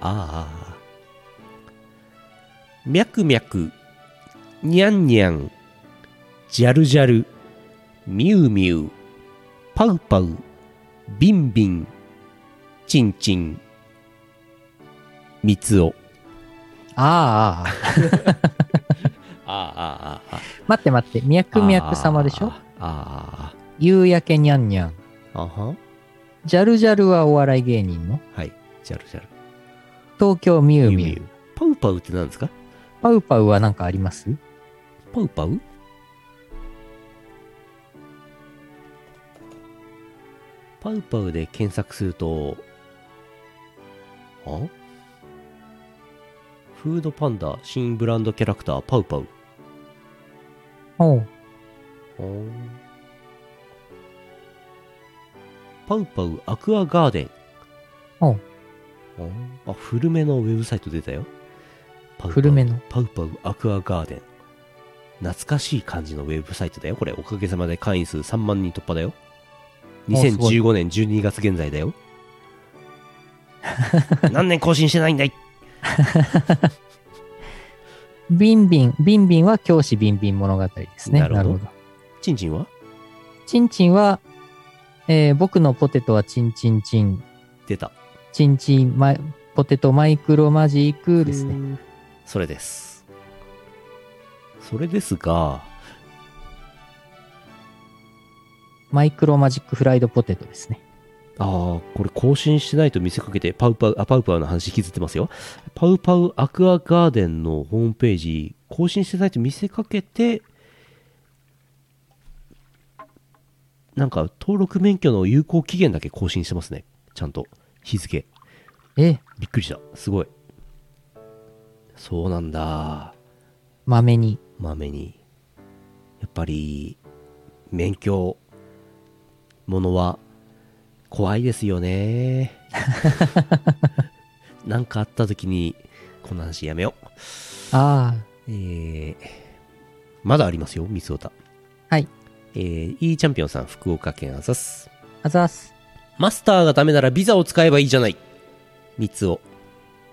あ。
ああ。ミャクミャク、ニャンニャン、ジャルジャル、ミュウミュウ、パウパウ、ビンビン、チンチン、ミツオ。
あーあ
ああ、ああ、あ
ー。待って待って。脈々様でしょ
あ
夕焼けにゃんにゃん。
あ、あは、
ジャルジャルはお笑い芸人の
はい、ジャルジャル。
東京みゆみゆ。。
パウパウって何ですか
パウパウはなんかあります
パウパウパウパウで検索すると、あフードパンダ新ブランドキャラクターパウパウ。
おう。
あーパウパウアクアガーデン。
お
あーあ、古めのウェブサイト出たよ。パウパウ
古めの。
パウパウアクアガーデン。懐かしい感じのウェブサイトだよ。これ、おかげさまで会員数3万人突破だよ。
おすごい
2015年12月現在 だよ。何年更新してないんだい
ビンビン、ビンビンは教師ビンビン物語ですね。
な
な
る
るほ
ほど
ど。
チンチンは
チンチンは、えー僕のポテトはチンチンチン、
出た。
チンチンマイ、ポテトマイクロマジックですね。
ね。それです。それですが、
マイクロマジックフライドポテトですね。
ああ、これ更新してないと見せかけて、パウパウ、あ、パウパウの話引きずってますよ。パウパウアクアガーデンのホームページ、更新してないと見せかけて、なんか登録免許の有効期限だけ更新してますね。ちゃんと。日付。
え、
びっくりした。すごい。そうなんだ。
まめに。
まめに。やっぱり、免許、ものは、怖いです よね。なんかあった時に、この話やめよう。
ああ、
えー、まだありますよ、三つおた。
はい。
えー、いいチャンピオンさん、福岡県あざす。
あざっす。
マスターがダメならビザを使えばいいじゃない。三つお。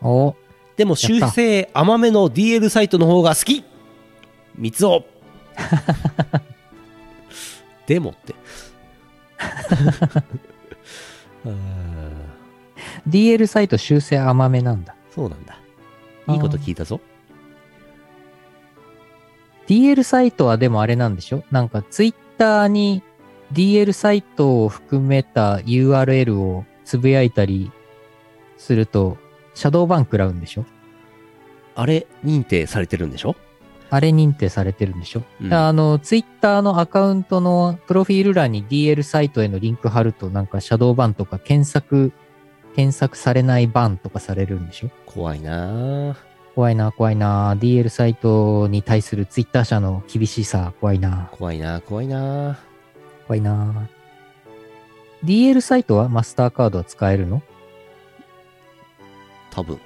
お
でも修正甘めの DL サイトの方が好き三つ おでもって あー
DL サイト修正甘めなんだ。
そうなんだいいこと聞いたぞ
DL サイトはでもあれなんでしょなんかツイッターに DL サイトを含めた URL をつぶやいたりすると、シャドーバン食らうんでしょ
あれ認定されてるんでしょ
あれ認定されてるんでしょ、
うん
あの、ツイッターのアカウントのプロフィール欄に DL サイトへのリンク貼ると、なんかシャドーバンとか検索、検索されないバンとかされるんでしょ
怖いなあ
怖いな、怖いな。DL サイトに対するツイッター社の厳しさ、怖いな、
怖いなあ怖いなあ
怖いな。DL サイトはマスターカードは使えるの
多分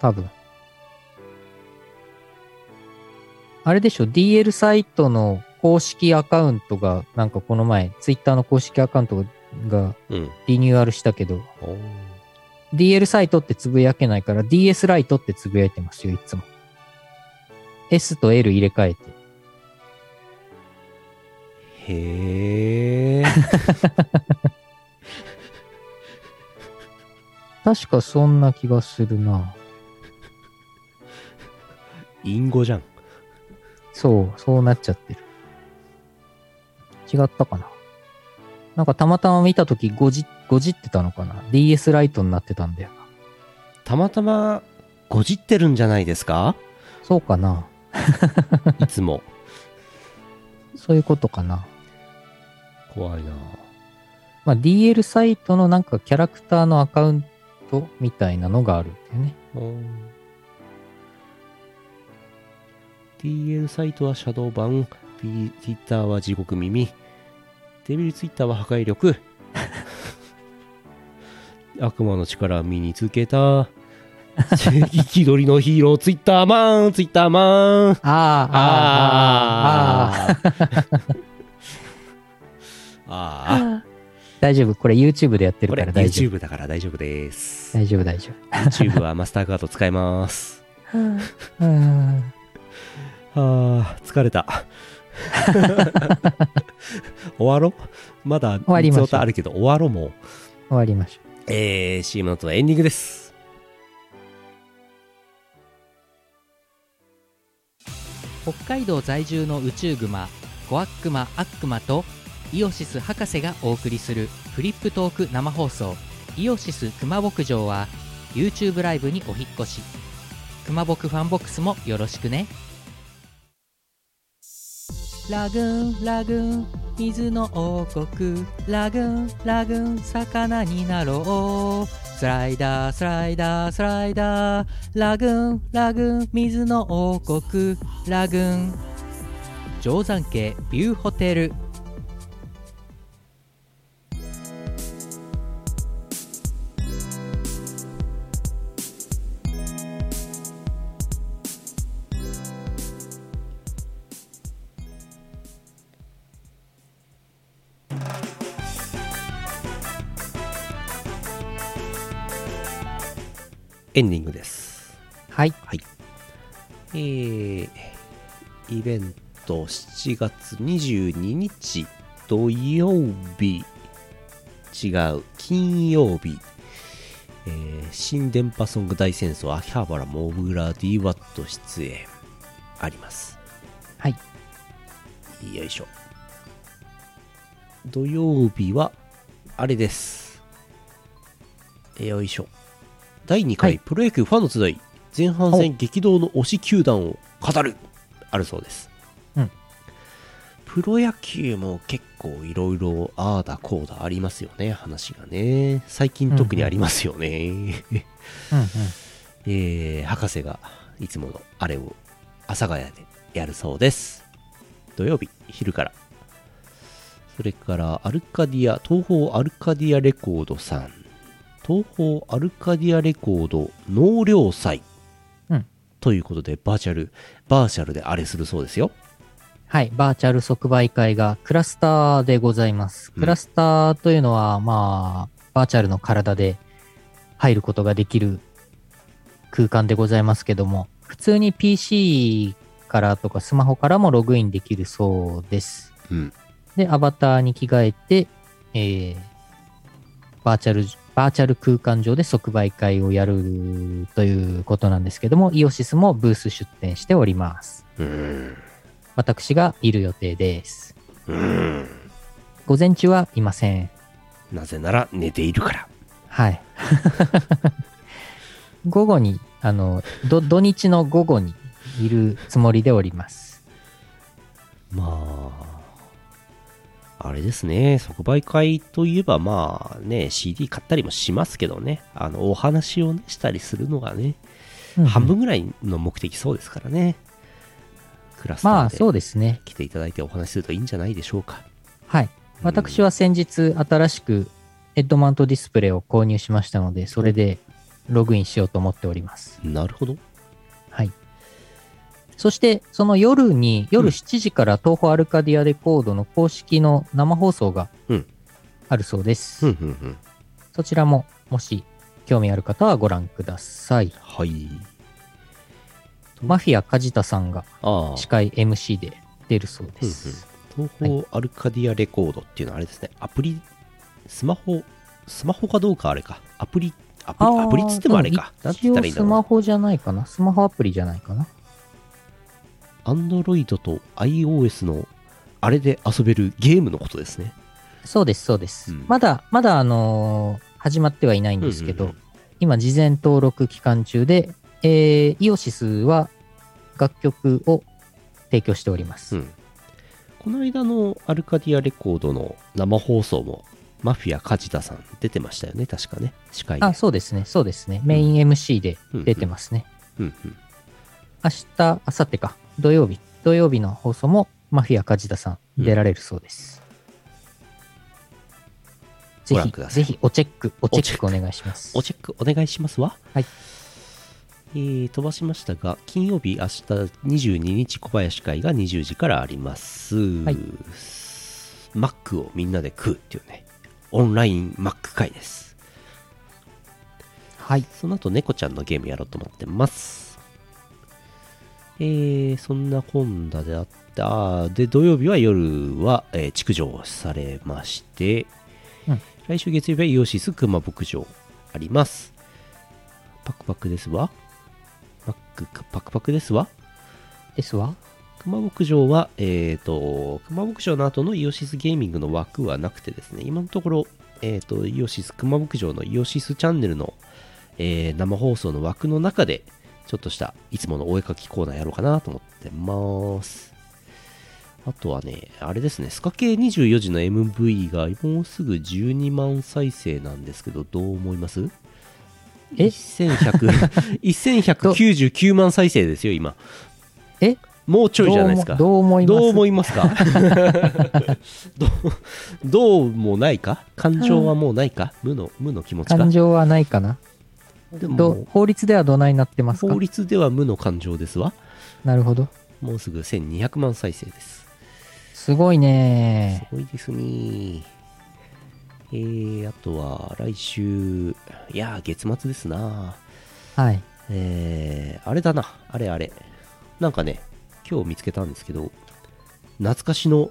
多分。あれでしょ ?DL サイトの公式アカウントが、なんかこの前、ツイッターの公式アカウントが
うん
リニューアルしたけど、
おー
DL サイトってつぶやけないから DS ライトってつぶやいてますよ、いつも。S と L 入れ替えて。
へえ
確かそんな気がするな。
隠語じゃん
そう、そうなっちゃってる。違ったかな。なんかたまたま見たとき、ごじ、ごじってたのかな。DS ライトになってたんだよな。
たまたまごじってるんじゃないですか
そうかな。
いつも
そういうことかな。
怖いなあ
まあ、DL サイトのなんかキャラクターのアカウントみたいなのがあるんだよね。
おー DL サイトはシャドーバン T- Twitter は地獄耳デビルツイッターは破壊 力悪魔の力は身につけた憤りのヒーローツイッターマンツイッターマン
ああ、ああ、ああ。
あーあ
大丈夫。これ YouTube でやって
ー
る
これ
から大丈夫。
YouTube だから大丈夫です
大丈夫、大丈
YouTube はマスターカード使えます
夫。うん。
あー疲れた 終わろまだ
わりましょう
三つおたあるけど終わろもう
終わりましょう。
えー、CM の後はエンディングです
北海道在住の宇宙グマコアックマアックマとイオシス博士がお送りするフリップトーク生放送「イオシス熊牧場」は YouTube ライブにお引っ越し熊牧ファンボックスもよろしくねラグーンラグーン水の王国ラグーンラグーン魚になろうスライダースライダースライダーラグーンラグーン水の王国ラグーン定山渓ビューホテル
エンディングです
はい。
えー、イベント7月22日土曜日違う金曜日、えー新電波ソング大戦争秋葉原モグラ DW 出演あります
はい
よいしょ土曜日はあれですよいしょ第2回、
はい
プロ野球ファンの集い前半戦激動の推し球団を語るあるそうで
う
す、
ん
プロ野球も結構いろいろああだこうだありますよね話がね最近特にありますよね、
うんうん。
えー博士がいつものあれを阿佐ヶ谷でやるそうです土曜日昼からそれからアルカディア東方アルカディアレコードさん東方アルカディアレコード納涼祭、
うん
ということでバーチャルバーチャルであれするそうですよ
はい。バーチャル即売会がクラスターでございます。
うん
クラスターというのは、まあ、バーチャルの体で入ることができる空間でございますけども、普通に PC からとかスマホからもログインできるそうです。
うん
で、アバターに着替えて、えーバーチャル、バーチャル空間上で即売会をやるということなんですけども、イオシスもブース出展しております。
うん
私がいる予定です。
うん
午前中はいません。
なぜなら寝ているから
はい。 午後に、あの、ど土日の午後にいるつもりでおります。
まあ、あれですね、即売会といえばまあね、CD 買ったりもしますけどね、あの、お話をね、したりするのがね、
うん
半分ぐらいの目的そうですからね。クラス
ま
タ
あそ
ー
う
で
ですね。
来ていただいてお話しするといいんじゃないでしょうか。
はい。私は先日新しくヘッドマウントディスプレイを購入しましたので、それでログインしようと思っております。
なるほど。
はい。そして、その夜に、夜7時から東宝アルカディアレコードの公式の生放送が
うん
あるそうです。
うんうんうん。
そちらも、もし興味ある方はご覧ください。
はい。
マフィア梶田さんが
ああ、
司会 MC で出るそうです。
東方アルカディアレコードっていうのはあれですね、アプリ、スマホ、スマホかどうかあれか、アプリ、アプリ、
あー
アプリっつってもあれか。
でも
なんて言ったらい
一応ス
いんだろう
マ
な。
ホじゃないかな。スマホアプリじゃないかな。
アンドロイドと iOS のあれで遊べるゲームのことですね。
そうです、そうです。
うん
まだ、まだ、あのー始まってはいないんですけど、
うんうんうん
今、事前登録期間中で、えー、イオシスは楽曲を提供しております。
うん。この間のアルカディアレコードの生放送も、マフィア梶田さん出てましたよね、確かね。司会で。
あ、そうですね、そうですね。メイン MC で出てますね。
うんうん。
明日、明後日か、土曜日、土曜日の放送も、マフィア梶田さん、
うん
出られるそうです。ぜ
ご覧
ひ
くだ、さ
ぜ
い
ひ、おチェック、おチェ
おチェ
ッ
ッ
ク
ク
お願いします
お。チェックお願いしますわ。
はい。
えー、飛ばしましたが、金曜日、明日22日、小林会が20時からあります。
い
マックをみんなで食うっていうね、オンラインマック会です。
はい。
その後、猫ちゃんのゲームやろうと思ってます。えー、そんなこんなであった。あーで、土曜日は夜は、えー築城されまして、
うん
来週月曜日はイオシス熊牧場あります。パクパクですわ。マックパクパクですわ。
ですわ。
熊牧場は、えっ、と、熊牧場の後のイオシスゲーミングの枠はなくてですね、今のところ、えっ、と、イオシス、熊牧場のイオシスチャンネルの、えー生放送の枠の中で、ちょっとした、いつものお絵かきコーナーやろうかなと思ってます。あとはね、あれですね、スカ系24時の MV がもうすぐ12万再生なんですけど、どう思います
え
?1100、1199万再生ですよ、今。
え
もうちょいじゃないですか。
どう思います
どう思いますか どうどうもないか感情はもうないか、無の無の気持ちか
感情はないかな
で
ど
も
法律ではどないなってますか
法律では無の感情ですわ
なるほど。
もうすぐ1200万再生です
すごい
す
ね。
ごいですねえー、あとは来週いやー月末ですな
はい。
えー、あれだなあれあれなんかね今日見つけたんですけど懐かしの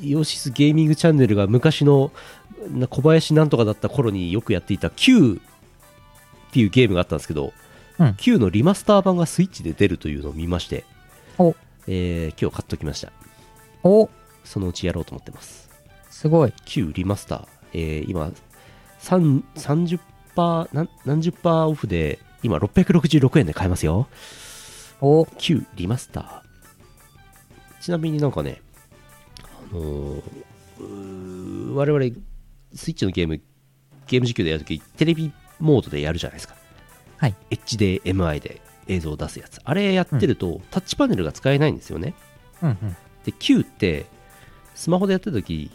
イオシスゲーミングチャンネルが昔のな小林なんとかだった頃によくやっていた Q っていうゲームがあったんですけど、
うん
Q のリマスター版がスイッチで出るというのを見まして、
お
えー今日買っときました
お
そのうちやろうと思ってます
すごい。
Q リマスター、えー今3 30%何何十パーオフで今666円で買えますよ
お
Q リマスターちなみになんかねあのーうー我々スイッチのゲームゲーム実況でやるときテレビモードでやるじゃないですか
はい
HDMI で映像を出すやつあれやってると、タッチパネルが使えないんですよね
うんうん。
で Q ってスマホでやってた時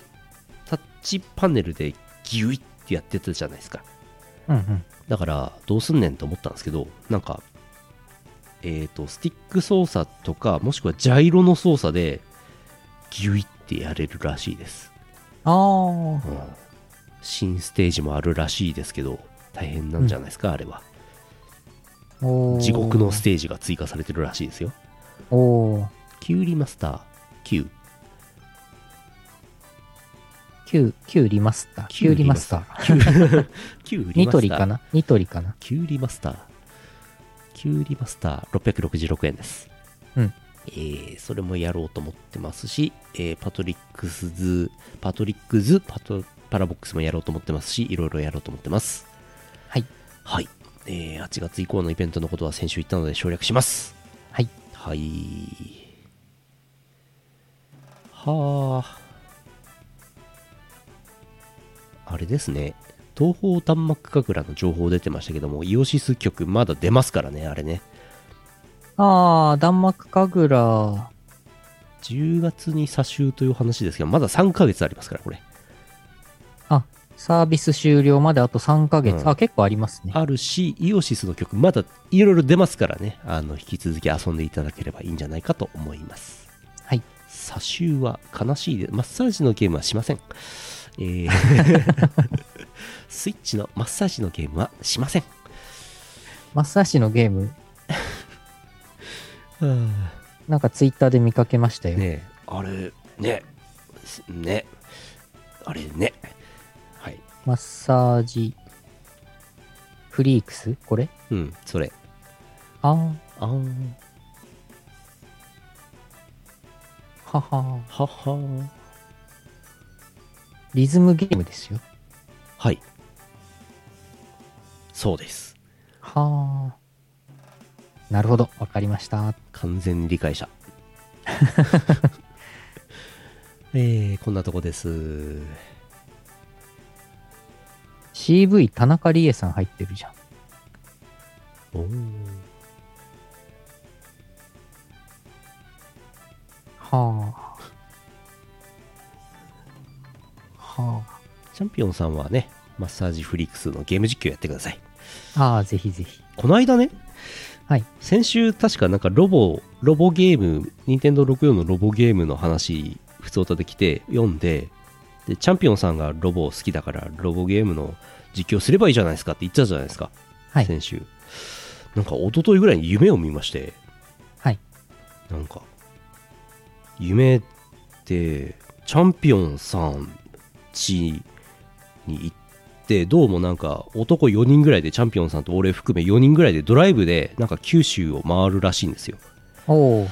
タッチパネルでギュイってやってたじゃないですか
うんうん。
だからどうすんねんと思ったんですけどなんかえっ、とスティック操作とかもしくはジャイロの操作でギュイってやれるらしいです、
ああ。
うん新ステージもあるらしいですけど大変なんじゃないですか、あれは
おー
地獄のステージが追加されてるらしいですよ
おー
キュウリマスター Q
旧、旧リマスター。旧リマスター。
キュウキュウリ
ニ
マスタ
ト
ー
リかなニトリかな
キュウリマスター。キュウリマスター666円です。
うん
えーそれもやろうと思ってますし、えーパトリックスズ、パトリックズ、パト、パラボックスもやろうと思ってますし、いろいろやろうと思ってます。
はい。
はい。えー8月以降のイベントのことは先週言ったので省略します。
は
はい。はあ。あれですね。東方端末神楽の情報出てましたけども、イオシス局まだ出ますからね、あれね。
ああ、弾幕神楽。
10月に差集という話ですけど、まだ3ヶ月ありますから、これ。
サービス終了まであと3ヶ月。
うん
あ、結構ありますね。
あるし、イオシスの曲、まだいろいろ出ますからね、あの、引き続き遊んでいただければいいんじゃないかと思います。
はい。
差集は悲しいで、マッサージのゲームはしません。えー スイッチのマッサージのゲームはしません。
マッサージのゲーム、なんかツイッターで見かけましたよ。
ねえあれ、ね、すね、あれね。はい。
マッサージ、フリークスこれ
うん、それ。
あー
あん、
はは
はは。
リズムゲームですよ。
はい。そうです。
はあ。なるほど。わかりました。
完全に理解者。えー、こんなとこです。
CV 田中理恵さん入ってるじゃん。
おー
はあ。は
チャンピオンさんはね、マッサージフリックスのゲーム実況やってください。
あ。ああ、ぜひぜひ。
この間ね、
はい
先週確かなんかロボ、ロボゲーム、任天堂64のロボゲームの話、普通歌で来て読んで、で、チャンピオンさんがロボ好きだから、ロボゲームの実況すればいいじゃないですかって言ってたじゃないですか。
はい
先週。なんか一昨日ぐらいに夢を見まして、
はい
なんか、夢って、チャンピオンさんちに行って、でどうもなんか男4人ぐらいでチャンピオンさんと俺含め4人ぐらいでドライブでなんか九州を回るらしいんですよ
おお。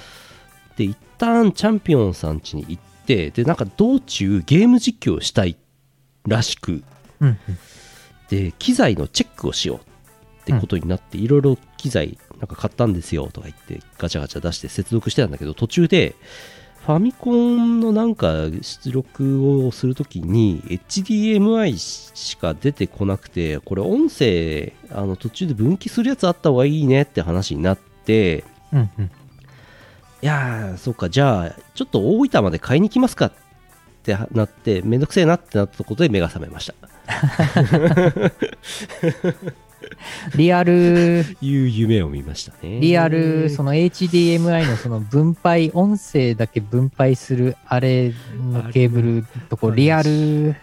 で一旦チャンピオンさん家に行ってでなんか道中ゲーム実況をしたいらしく
うんうん。
で機材のチェックをしようってことになっていろいろ機材なんか買ったんですよとか言ってガチャガチャ出して接続してたんだけど途中でファミコンのなんか出力をするときに HDMI しか出てこなくてこれ音声あの途中で分岐するやつあった方がいいねって話になって
うんうん。
いやー、そうか、じゃあ、ちょっと大分まで買いに来ますかってなって、めんどくせえなってなったことで目が覚めました。
リアル、
いう夢を見ましたね。
リアル、その HDMI のその分配、音声だけ分配するあれのケーブルとこ、リアル。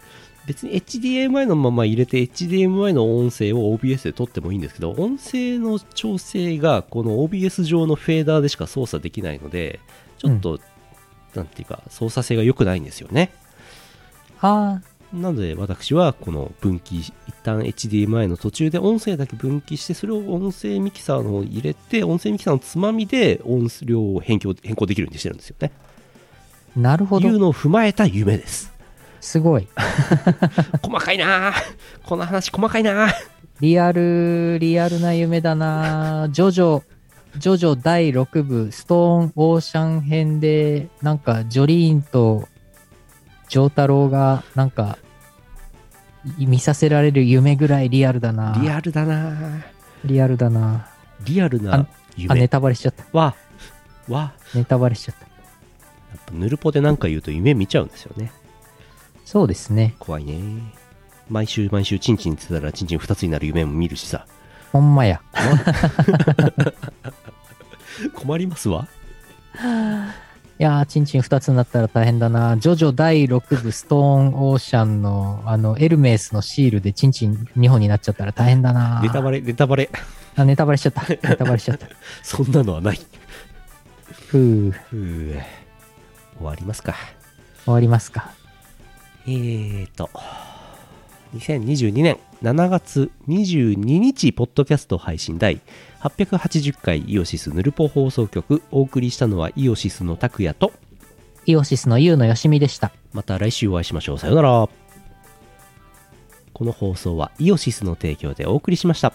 別に HDMI のまま入れて、HDMI の音声を OBS で撮ってもいいんですけど、音声の調整が、この OBS 上のフェーダーでしか操作できないので、ちょっと、なんていうか、操作性が良くないんですよね。
ああ。
なので私はこの分岐一旦 HDMI の途中で音声だけ分岐してそれを音声ミキサーの方に入れて音声ミキサーのつまみで音量を変更変更できるようにしてるんですよね。
なるほ
いう
ど。
のを踏まえた夢です。
すごい。
細かいなあこの話細かいなあ
リアル、リアルな夢だな。ジョジョ、ジョジョ第6部、ストーンオーシャン編で、なんか、ジョリーンと、ジョータロウが、なんか、い見させられる夢ぐらいリアルだな。
リアルだなあ
リアルだな。
リアルな
あ、ネ
夢
タバレしちゃった。
は、は、
ネタバレしちゃった。
やっぱヌルポでなんか言うと夢見ちゃうんですよね。
そうですね。
怖いね。毎週毎週チンチンって言ってたらチンチン2つになる夢も見るしさ。
ほんまや。
困りますわ。
いやー、チンチン2つになったら大変だな。ジョジョ第6部、ストーンオーシャンの、あの、エルメスのシールでチンチン2本になっちゃったら大変だな。
ネタバレ、ネタバレ。
あネタバレしちゃった。ネタバレしちゃった。
そんなのはない。
ふう終
ふ う終わりますか。
わりますか。
えーと、2022年7月22日、ポッドキャスト配信第880回イオシスヌルポ放送局、お送りしたのはイオシスの拓也と、
イオシスのユウのよしみでした。
また来週お会いしましょう。さようなら。この放送はイオシスの提供でお送りしました。